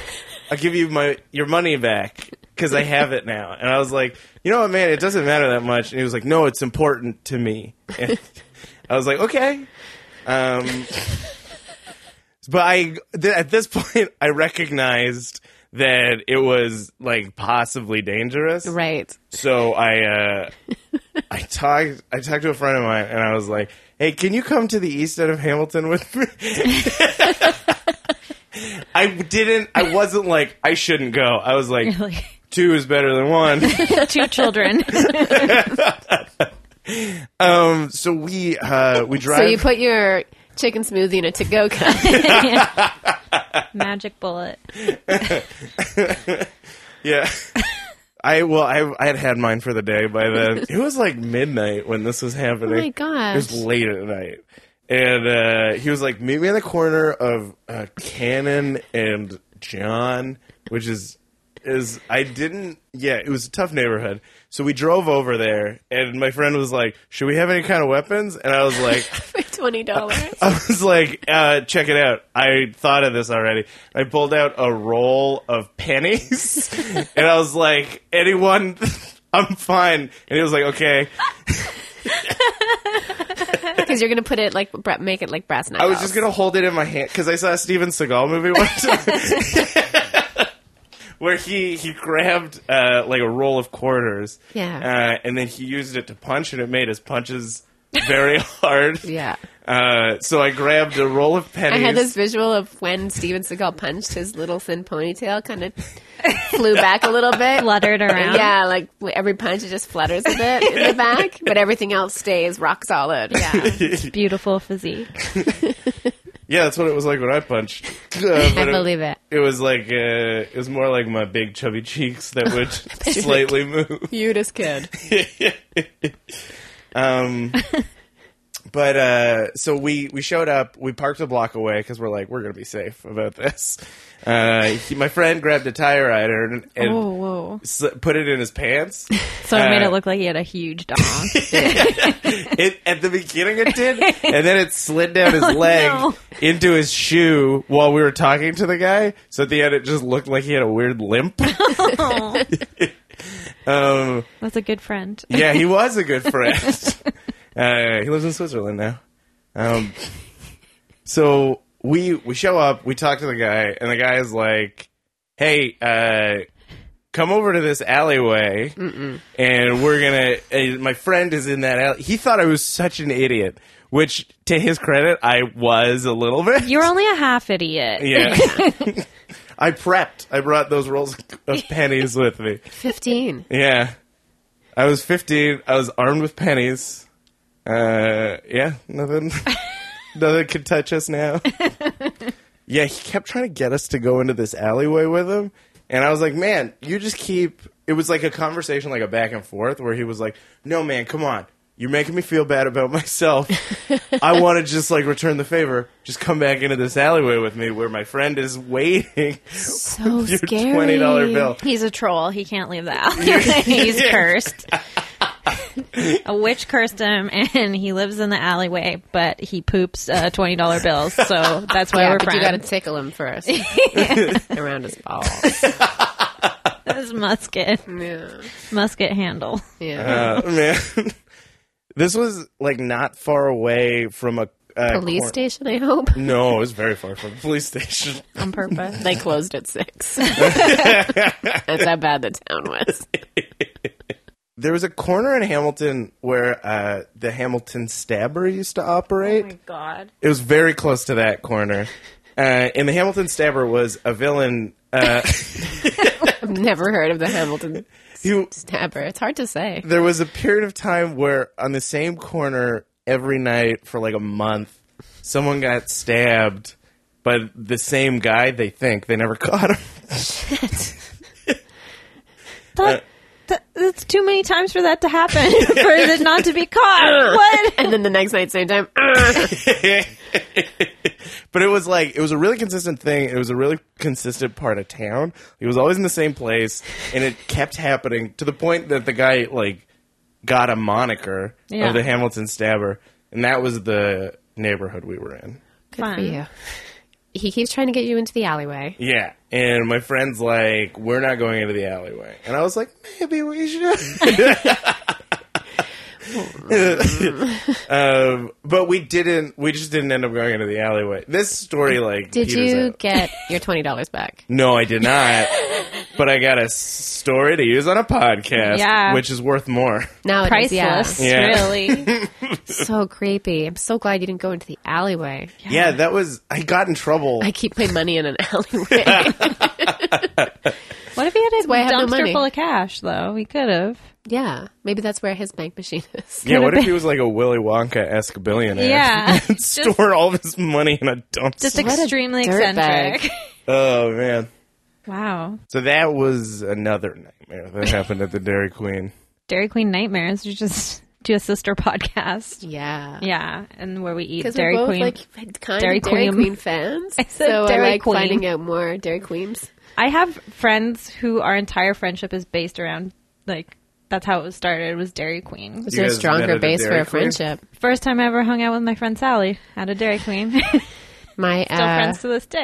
Speaker 3: I'll give you my your money back because I have it now. And I was like, you know what, man, it doesn't matter that much. And he was like, no, it's important to me. And I was like, okay. Um, but I th- at this point I recognized that it was like possibly dangerous.
Speaker 1: Right.
Speaker 3: So I uh, I talked I talked to a friend of mine and I was like, "Hey, can you come to the east end of Hamilton with me?" I didn't. I wasn't like I shouldn't go. I was like,
Speaker 2: Really?
Speaker 3: two is better than one.
Speaker 2: Two children.
Speaker 3: Um, so we uh, we drive.
Speaker 1: So you put your chicken smoothie in a to-go cup.
Speaker 2: Magic bullet.
Speaker 3: yeah. I well, I I had had mine for the day by then. it was like midnight when this was happening.
Speaker 1: Oh my gosh.
Speaker 3: It was late at night, and uh, he was like, "Meet me in the corner of uh, Cannon and John," which is is I didn't. Yeah, it was a tough neighborhood, so we drove over there, and my friend was like, "Should we have any kind of weapons?" And I was like.
Speaker 1: for twenty dollars.
Speaker 3: I was like, uh, check it out. I thought of this already. I pulled out a roll of pennies and I was like, anyone, I'm fine. And he was like, okay.
Speaker 1: Because you're gonna put it like bra- make it like brass knuckles.
Speaker 3: I was just going to hold it in my hand because I saw a Steven Seagal movie one time. Where he he grabbed uh, like a roll of quarters,
Speaker 1: Yeah.
Speaker 3: uh, and then he used it to punch, and it made his punches very hard.
Speaker 1: Yeah.
Speaker 3: Uh, so I grabbed a roll of
Speaker 1: I
Speaker 3: pennies.
Speaker 1: had this visual of when Steven Seagal punched his little thin ponytail, kind of flew back a little bit.
Speaker 2: fluttered around.
Speaker 1: Yeah, like w- every punch, it just flutters a bit in the back, but everything else stays rock solid. Yeah,
Speaker 2: Beautiful physique.
Speaker 3: Yeah, that's what it was like when I punched. Uh,
Speaker 1: I
Speaker 3: but it-
Speaker 1: believe it.
Speaker 3: It was like uh, it was more like my big chubby cheeks that would slightly move.
Speaker 1: Cutest kid.
Speaker 3: Um, but uh, so we we showed up. We parked a block away because we're like we're gonna be safe about this. Uh, he, my friend grabbed a tire iron and, and
Speaker 2: Whoa, whoa.
Speaker 3: s- put it in his pants.
Speaker 2: So it made
Speaker 3: Uh,
Speaker 2: it look like he had a huge dong.
Speaker 3: It at the beginning it did, and then it slid down his leg
Speaker 2: no.
Speaker 3: into his shoe while we were talking to the guy. So at the end, it just looked like he had a weird limp.
Speaker 2: Aw,
Speaker 3: Um,
Speaker 2: That's a good friend.
Speaker 3: yeah, he was a good friend. uh, he lives in Switzerland now. Um, so we we show up, we talk to the guy, and the guy is like, "Hey, uh, come over to this alleyway, and we're gonna." Uh, my friend is in that alley. He thought I was such an idiot, which, to his credit, I was a little bit.
Speaker 2: You're only a half idiot.
Speaker 3: yeah. I prepped. I brought those rolls of pennies with me.
Speaker 1: Fifteen.
Speaker 3: Yeah. I was 15. I was armed with pennies. Uh, yeah, nothing, nothing could touch us now. yeah, he kept trying to get us to go into this alleyway with him. And I was like, man, you just keep. It was like a conversation, like a back and forth, where he was like, no, man, come on. You're making me feel bad about myself. I want to just like return the favor. Just come back into this alleyway with me where my friend is waiting.
Speaker 1: So
Speaker 3: Your
Speaker 1: scary.
Speaker 3: $20 bill.
Speaker 2: He's a troll. He can't leave the alley. He's cursed. a witch cursed him, and he lives in the alleyway, but he poops uh, twenty dollar bills. So that's why
Speaker 1: Yeah,
Speaker 2: we're
Speaker 1: but you gotta
Speaker 2: friends.
Speaker 1: tickle him first around his balls.
Speaker 2: This musket,
Speaker 1: Yeah,
Speaker 2: musket handle.
Speaker 1: yeah.
Speaker 3: Uh, man, this was like not far away from a uh,
Speaker 1: Police
Speaker 3: cor-
Speaker 1: station. I hope
Speaker 3: No, it was very far from the police station.
Speaker 2: On
Speaker 3: Uh,
Speaker 2: purpose.
Speaker 1: they closed at six. That's how bad the town was.
Speaker 3: There was a corner in Hamilton where uh, the Hamilton Stabber used to operate.
Speaker 2: God.
Speaker 3: it was very close to that corner. Uh, and the Hamilton Stabber was a villain. Uh,
Speaker 1: I've never heard of the Hamilton
Speaker 3: who
Speaker 1: stabber. It's hard to say.
Speaker 3: there was a period of time where on the same corner every night for like a month, someone got stabbed by the same guy. They think they never caught him.
Speaker 2: That, that- that's too many times for that to happen for it not to be caught. what?
Speaker 1: And then the next night, same time.
Speaker 3: but it was like it was a really consistent thing. It was a really consistent part of town. It was always in the same place, and it kept happening to the point that the guy like got a moniker
Speaker 2: Yeah.
Speaker 3: of the Hamilton Stabber, and that was the neighborhood we were in.
Speaker 1: For
Speaker 2: Fun.
Speaker 1: you. He keeps trying to get you into the alleyway.
Speaker 3: Yeah, and my friend's like, "We're not going into the alleyway," and I was like, "Maybe we should." um, but we didn't. We just didn't end up going into the alleyway. This story, like,
Speaker 1: Did
Speaker 3: peters
Speaker 1: you
Speaker 3: out.
Speaker 1: get your twenty dollars back?
Speaker 3: No, I did not. but I got a story to use on a podcast,
Speaker 2: Yeah.
Speaker 3: which is worth more.
Speaker 1: No, it is, yeah.
Speaker 2: Priceless,
Speaker 3: Yeah.
Speaker 2: really.
Speaker 1: So creepy. I'm so glad you didn't go into the alleyway.
Speaker 3: Yeah, that was. I got in trouble.
Speaker 1: I keep my money in an alleyway.
Speaker 2: What if he had a
Speaker 1: why I have no
Speaker 2: dumpster
Speaker 1: money.
Speaker 2: full of cash, though? He could have.
Speaker 1: yeah, maybe that's where his bank machine is.
Speaker 3: yeah, what if he was like a Willy Wonka esque billionaire?
Speaker 2: Yeah.
Speaker 3: and
Speaker 2: Just-
Speaker 3: store all of his money in a dumpster.
Speaker 2: Just
Speaker 1: What a
Speaker 2: extremely
Speaker 1: dirtbag.
Speaker 2: eccentric.
Speaker 3: oh man.
Speaker 2: Wow.
Speaker 3: So that was another nightmare that happened at the Dairy Queen.
Speaker 2: Dairy Queen Nightmares. You just do a sister podcast.
Speaker 1: Yeah.
Speaker 2: Yeah. And where we eat
Speaker 1: Because
Speaker 2: Dairy
Speaker 1: we're both
Speaker 2: Queen.
Speaker 1: like kind
Speaker 2: Dairy
Speaker 1: of Dairy
Speaker 2: Queen.
Speaker 1: Queen, fans,
Speaker 2: I said
Speaker 1: so
Speaker 2: Dairy
Speaker 1: I like
Speaker 2: Queen.
Speaker 1: finding out more Dairy Queens.
Speaker 2: I have friends who our entire friendship is based around like that's how it was started was Dairy Queen.
Speaker 1: There's
Speaker 3: You
Speaker 1: no
Speaker 3: guys met at
Speaker 1: stronger
Speaker 3: a
Speaker 1: base for
Speaker 3: Dairy
Speaker 1: a
Speaker 3: Queen?
Speaker 1: friendship.
Speaker 2: First time I ever hung out with my friend Sally at a Dairy Queen. Still
Speaker 1: My uh,
Speaker 2: friends to this day.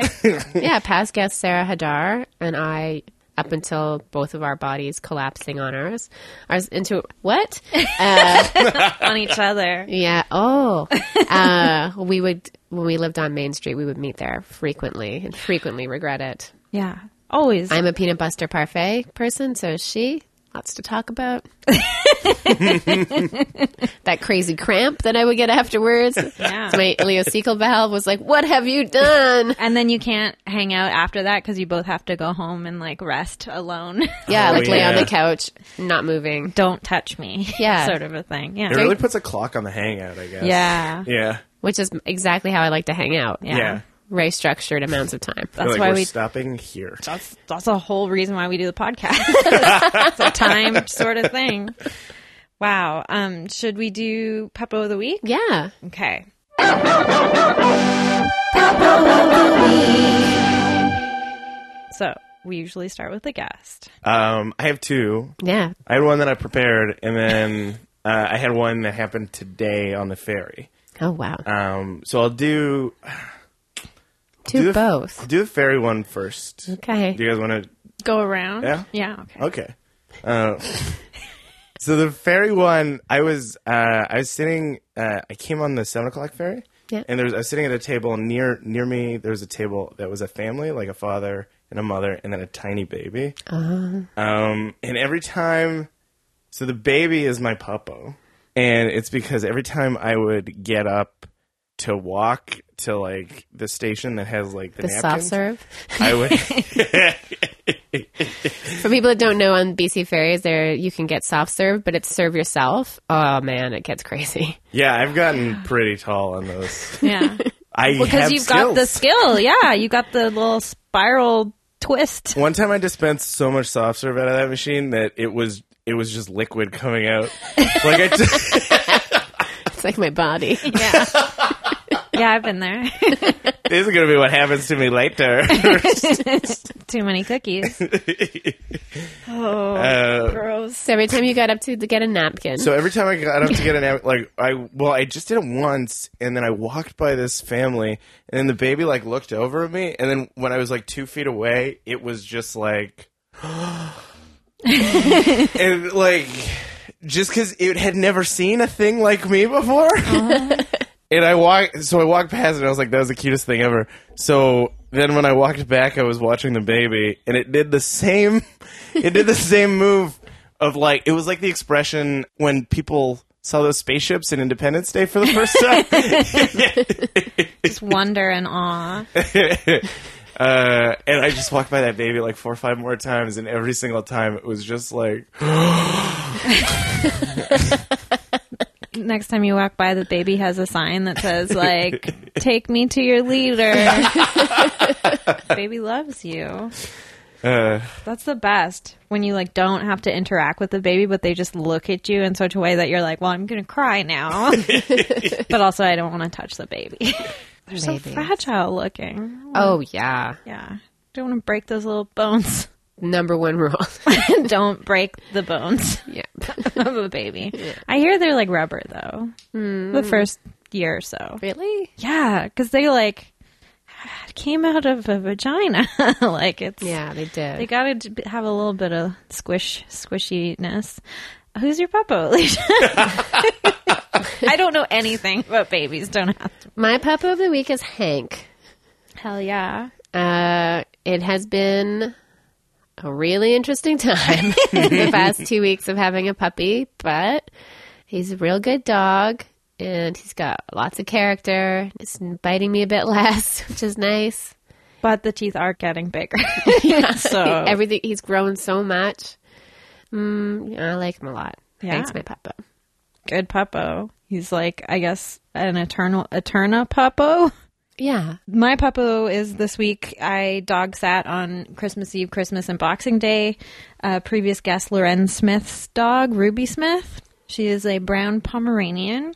Speaker 1: yeah, past guest Sarah Hadar and I, up until both of our bodies collapsing on ours, ours into what?
Speaker 2: on each other.
Speaker 1: Yeah. Oh, uh, we would when we lived on Main Street, we would meet there frequently and frequently regret it.
Speaker 2: Yeah. Always.
Speaker 1: I'm a peanut buster parfait person, so is she. Lots to talk about. that crazy cramp that I would get afterwards.
Speaker 2: Yeah.
Speaker 1: So my ileocecal valve was like, "What have you done?"
Speaker 2: and then you can't hang out after that because you both have to go home and like rest alone.
Speaker 1: Yeah,
Speaker 3: Oh,
Speaker 1: like lay on
Speaker 3: yeah.
Speaker 1: the couch, not moving.
Speaker 2: Don't touch me.
Speaker 1: Yeah.
Speaker 2: Sort of a thing. Yeah.
Speaker 3: It really puts a clock on the hangout, I guess.
Speaker 2: yeah.
Speaker 3: Yeah.
Speaker 1: which is exactly how I like to hang out.
Speaker 2: Yeah.
Speaker 3: Yeah.
Speaker 1: Very structured amounts of time.
Speaker 2: That's
Speaker 3: like,
Speaker 2: why
Speaker 3: we're
Speaker 2: we.
Speaker 3: stopping here.
Speaker 2: That's that's a whole reason why we do the podcast. it's a timed sort of thing. Wow. Um. Should we do Peppo of the week?
Speaker 1: Yeah.
Speaker 2: Okay. So we usually start with the guest.
Speaker 3: Um, I have two.
Speaker 1: Yeah.
Speaker 3: I had one that I prepared, and then uh, I had one that happened today on the ferry.
Speaker 1: Oh, wow.
Speaker 3: Um, so I'll do
Speaker 1: Do,
Speaker 3: the-
Speaker 1: both.
Speaker 3: do the ferry one first.
Speaker 1: Okay.
Speaker 3: Do you guys want to?
Speaker 2: Go around.
Speaker 3: Yeah?
Speaker 2: Yeah. Okay.
Speaker 3: Okay. Uh, so the ferry one, I was uh, I was sitting. Uh, I came on the seven o'clock ferry.
Speaker 1: Yeah.
Speaker 3: And there was I was sitting at a table near near me. There was a table that was a family, like a father and a mother, and then a tiny baby. Um, and every time, so the baby is my puppo, and it's because every time I would get up to walk to like the station that has like the,
Speaker 1: the soft
Speaker 3: napkins,
Speaker 1: serve.
Speaker 3: I would.
Speaker 1: For people that don't know, on BC Ferries, there you can get soft serve, but it's serve yourself. Oh man, it gets crazy.
Speaker 3: Yeah, I've gotten pretty tall on those.
Speaker 2: Yeah.
Speaker 3: I
Speaker 2: Because
Speaker 3: have
Speaker 2: you've got
Speaker 3: skills.
Speaker 2: the skill. Yeah. You got the little spiral twist.
Speaker 3: One time I dispensed so much soft serve out of that machine that it was it was just liquid coming out. like I t-
Speaker 1: It's like my body.
Speaker 2: Yeah. yeah, I've been there.
Speaker 3: this is gonna be what happens to me later.
Speaker 2: Too many cookies. Oh,
Speaker 3: Uh,
Speaker 2: gross.
Speaker 1: so every time you got up to, to get a napkin,
Speaker 3: so every time I got up to get an am- like I well I just did it once and then I walked by this family and then the baby like looked over at me and then when I was like two feet away it was just like and like just because it had never seen a thing like me before. and I walked, so I walked past it, and I was like, that was the cutest thing ever. So then when I walked back, I was watching the baby, and it did the same, it did the same move of like, it was like the expression when people saw those spaceships in Independence Day for the first time.
Speaker 2: Just wonder and awe.
Speaker 3: uh, and I just walked by that baby like four or five more times, and every single time it was just like,
Speaker 2: Next time you walk by, the baby has a sign that says, like, take me to your leader. baby loves you.
Speaker 3: uh,
Speaker 2: That's the best when you like don't have to interact with the baby, but they just look at you in such a way that you're like, "Well, I'm gonna cry now," but also I don't want to touch the baby. They're so
Speaker 1: Babies.
Speaker 2: fragile looking.
Speaker 1: oh yeah,
Speaker 2: Yeah, don't want to break those little bones.
Speaker 1: number one rule.
Speaker 2: don't break the bones
Speaker 1: yeah,
Speaker 2: of a baby. I hear they're like rubber though. The first year or so.
Speaker 1: really?
Speaker 2: Yeah, because they like came out of a vagina. like it's
Speaker 1: Yeah, they did.
Speaker 2: They gotta d- b- have a little bit of squish, squishiness. Who's your papa, Alicia? I don't know anything about babies. Don't ask.
Speaker 1: my pup of the week is Hank.
Speaker 2: Hell yeah.
Speaker 1: Uh, it has been a really interesting time the past two weeks of having a puppy, but he's a real good dog and he's got lots of character. It's biting me a bit less, which is nice.
Speaker 2: But the teeth are getting bigger. so
Speaker 1: Everything he's grown so much. Mm, I like him a lot.
Speaker 2: Yeah.
Speaker 1: Thanks, my papa.
Speaker 2: good puppo. He's like, I guess, an eternal, eterna puppo.
Speaker 1: Yeah.
Speaker 2: My puppo is this week. I dog sat on Christmas Eve, Christmas, and Boxing Day. Uh, previous guest Loren Smith's dog, Ruby Smith. She is a brown Pomeranian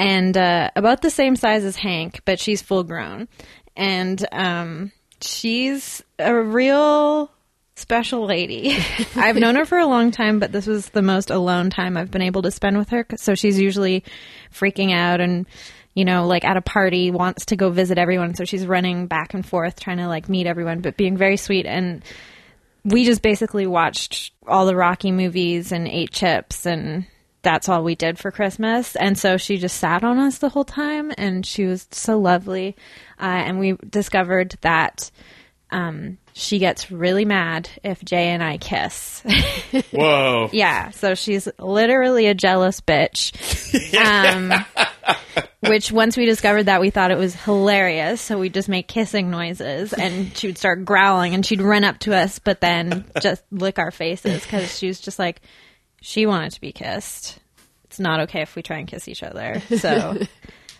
Speaker 2: and uh, about the same size as Hank, but she's full grown. And um, she's a real special lady. I've known her for a long time, but this was the most alone time I've been able to spend with her. 'cause- So she's usually freaking out and, you know, like at a party, wants to go visit everyone. So she's running back and forth trying to like meet everyone, but being very sweet. And we just basically watched all the Rocky movies and ate chips and that's all we did for Christmas. And so she just sat on us the whole time and she was so lovely. Uh, and we discovered that um, she gets really mad if Jay and I kiss.
Speaker 3: Whoa.
Speaker 2: yeah, so she's literally a jealous bitch. Um, which once we discovered that, we thought it was hilarious. So we'd just make kissing noises and she would start growling and she'd run up to us, but then just lick our faces because she was just like, she wanted to be kissed. It's not okay if we try and kiss each other. So.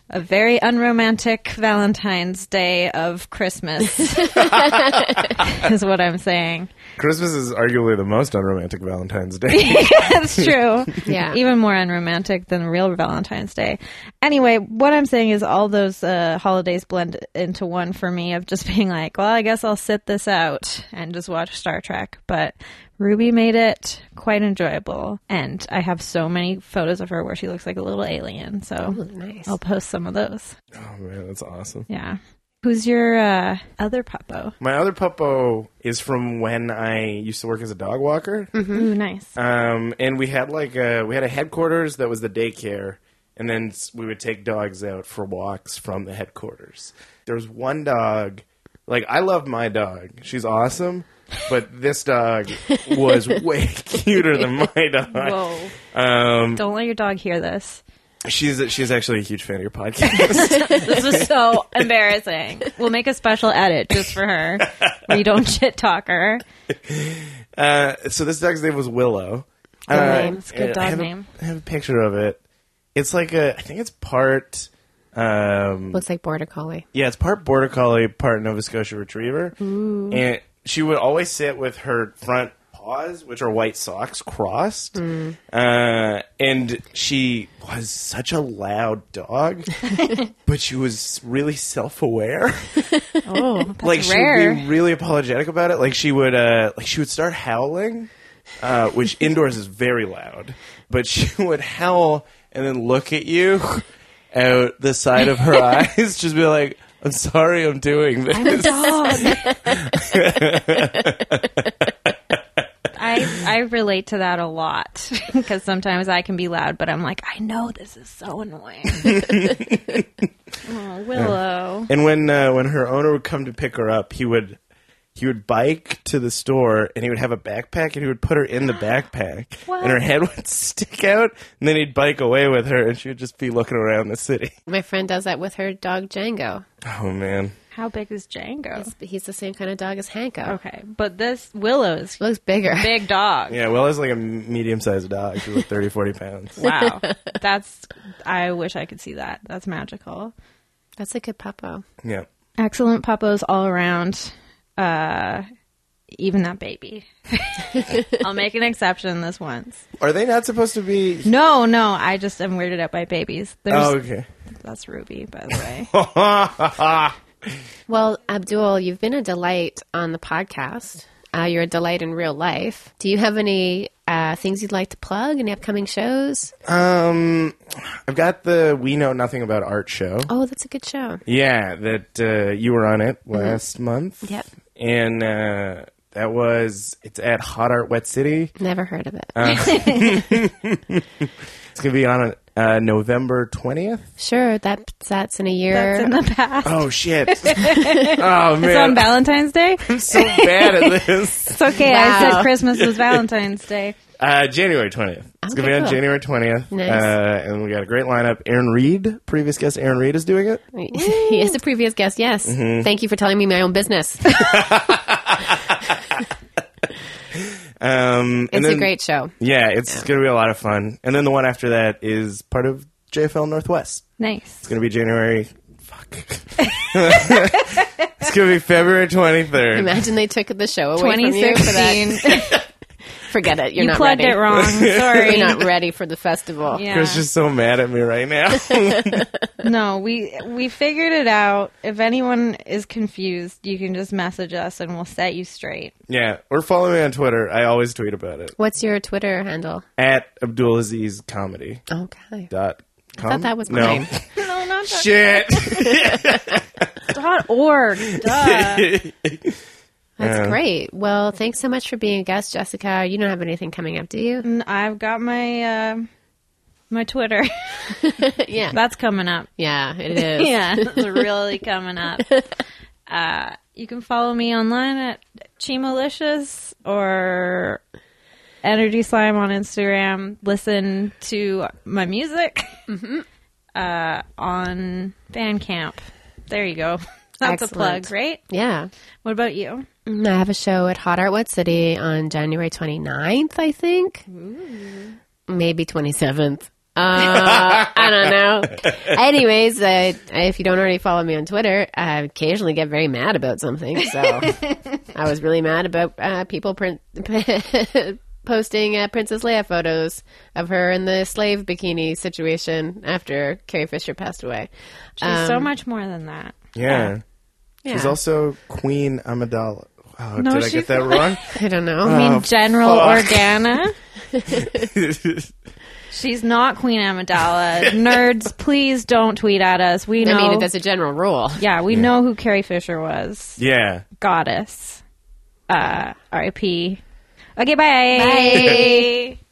Speaker 2: A very unromantic Valentine's Day of Christmas is what I'm saying.
Speaker 3: Christmas is arguably the most unromantic Valentine's Day.
Speaker 2: That's true.
Speaker 1: Yeah.
Speaker 2: Even more unromantic than real Valentine's Day. Anyway, what I'm saying is all those uh, holidays blend into one for me of just being like, well, I guess I'll sit this out and just watch Star Trek. But Ruby made it quite enjoyable. And I have so many photos of her where she looks like a little alien. So
Speaker 1: nice.
Speaker 2: I'll post some of those.
Speaker 3: oh man, that's awesome.
Speaker 2: Yeah. Who's your uh, other puppo?
Speaker 3: My other puppo is from when I used to work as a dog walker.
Speaker 1: Mm-hmm.
Speaker 2: Ooh, nice.
Speaker 3: Um, and we had like a, we had a headquarters that was the daycare, and then s- we would take dogs out for walks from the headquarters. There was one dog, like I love my dog, she's awesome, but this dog was way cuter than my dog.
Speaker 2: Whoa.
Speaker 3: Um,
Speaker 2: Don't let your dog hear this.
Speaker 3: she's she's actually a huge fan of your podcast.
Speaker 2: This is so embarrassing. We'll make a special edit just for her where you don't shit talk her.
Speaker 3: Uh, so this dog's name was Willow.
Speaker 2: Good name. It's a good
Speaker 3: I
Speaker 2: dog
Speaker 3: have a-
Speaker 2: name.
Speaker 3: I have a picture of it. It's like a, I think it's part, um,
Speaker 1: Looks like border collie.
Speaker 3: yeah, it's part border collie, part Nova Scotia retriever. And she would always sit with her front paws, which are white socks, crossed. Uh, and she was such a loud dog, but she was really self-aware
Speaker 2: Oh, that's
Speaker 3: like she
Speaker 2: rare.
Speaker 3: would be really apologetic about it. Like she would, uh, like she would start howling, uh, which indoors is very loud. But she would howl and then look at you out the side of her eyes, just be like, "I'm sorry, I'm doing this."
Speaker 2: I, I relate to that a lot because sometimes I can be loud, but I'm like, I know this is so annoying. oh, Willow.
Speaker 3: And when uh, when her owner would come to pick her up, he would he would bike to the store and he would have a backpack and he would put her in the backpack
Speaker 2: What?
Speaker 3: and her head would stick out and then he'd bike away with her and she would just be looking around the city.
Speaker 1: My friend does that with her dog Django.
Speaker 3: Oh man.
Speaker 2: How big is Django?
Speaker 1: He's, he's the same kind of dog as Hanko.
Speaker 2: Okay, but this Willow is
Speaker 1: Looks bigger.
Speaker 2: big dog.
Speaker 3: Yeah, Willow's like a medium sized dog. She's like 30, 40 pounds.
Speaker 2: Wow. That's, I wish I could see that. That's magical.
Speaker 1: That's a good puppo.
Speaker 3: Yeah.
Speaker 2: excellent puppos all around uh even that baby i'll make an exception this once
Speaker 3: Are they not supposed to be.
Speaker 2: no no i just am weirded out by babies There's,
Speaker 3: Oh, okay.
Speaker 2: that's ruby by the way
Speaker 1: Well, Abdul, you've been a delight on the podcast. Uh, you're a delight in real life. Do you have any uh, things you'd like to plug? Any upcoming shows?
Speaker 3: Um, I've got the We Know Nothing About Art show.
Speaker 1: Oh, that's a good show.
Speaker 3: Yeah, that uh, you were on it last month.
Speaker 1: Yep.
Speaker 3: And uh, that was. It's at Hot Art Wet City.
Speaker 1: Never heard of it.
Speaker 3: It's going to be on uh, November 20th.
Speaker 1: sure, that that's in a year.
Speaker 2: that's in the past
Speaker 3: Oh, shit. oh,
Speaker 2: it's on
Speaker 3: man.
Speaker 2: valentine's day
Speaker 3: I'm so bad at this.
Speaker 2: it's okay i
Speaker 1: Wow.
Speaker 2: said christmas was valentine's day
Speaker 3: Uh, January 20th. It's
Speaker 1: Okay,
Speaker 3: going to be on
Speaker 1: cool.
Speaker 3: January 20th.
Speaker 1: Nice.
Speaker 3: Uh, and we got a great lineup. Aaron Reed, previous guest Aaron Reed, is doing it.
Speaker 1: he is a previous guest. Yes. Thank you for telling me my own business. it's
Speaker 3: Um, and
Speaker 1: a
Speaker 3: then-
Speaker 1: great show.
Speaker 3: Yeah, it's going to be a lot of fun. And then the one after that is part of JFL Northwest.
Speaker 2: nice
Speaker 3: It's going to be January fuck, fuck. it's gonna be February twenty third.
Speaker 1: Imagine they took the show away from you for that.
Speaker 2: 2016.
Speaker 1: Forget it. You're
Speaker 2: you
Speaker 1: not
Speaker 2: plugged
Speaker 1: ready.
Speaker 2: it wrong. Sorry.
Speaker 1: You're not ready for the festival.
Speaker 2: Yeah.
Speaker 3: Chris just so mad at me right now.
Speaker 2: No, we we figured it out. If anyone is confused, you can just message us and we'll set you straight.
Speaker 3: yeah, or follow me on Twitter. I always tweet about it
Speaker 1: What's your Twitter handle?
Speaker 3: at Abdulaziz Comedy
Speaker 1: Okay.
Speaker 3: dot. com?
Speaker 1: thought that was
Speaker 3: no.
Speaker 1: mine.
Speaker 2: No, not
Speaker 3: Shit.
Speaker 2: dot org. Duh.
Speaker 1: Uh. That's
Speaker 3: Yeah.
Speaker 1: great. Well, thanks so much for being a guest, Jessica. You don't have anything coming up, do you?
Speaker 2: And I've got my uh, my Twitter.
Speaker 1: yeah.
Speaker 2: That's coming up.
Speaker 1: Yeah, it is.
Speaker 2: Yeah, it's really coming up. Uh, you can follow me online at Chimalicious or Energy Slime on Instagram. Listen to my music uh, on Bandcamp. There you go. That's
Speaker 1: Excellent.
Speaker 2: a plug, right?
Speaker 1: Yeah.
Speaker 2: What about you?
Speaker 1: I have a show at Hot Artwood City on January 29th, I think. Maybe 27th. Uh, I don't know. Anyways, uh, if you don't already follow me on Twitter, I occasionally get very mad about something. So I was really mad about uh, people print posting uh, Princess Leia photos of her in the slave bikini situation after Carrie Fisher passed away.
Speaker 2: She's so much more than that.
Speaker 3: yeah. She's
Speaker 1: Yeah.
Speaker 3: also Queen Amidala. Oh,
Speaker 2: No,
Speaker 3: did I
Speaker 2: she's
Speaker 3: get that wrong?
Speaker 1: I don't know.
Speaker 2: I mean,
Speaker 3: Oh,
Speaker 2: General
Speaker 3: fuck.
Speaker 2: Organa. She's not Queen Amidala. Nerds, please don't tweet at us. We know.
Speaker 1: I mean, that's a general rule.
Speaker 2: yeah, we know who Carrie Fisher was.
Speaker 3: yeah.
Speaker 2: goddess. Uh, R.I.P. Okay, bye.
Speaker 1: Bye.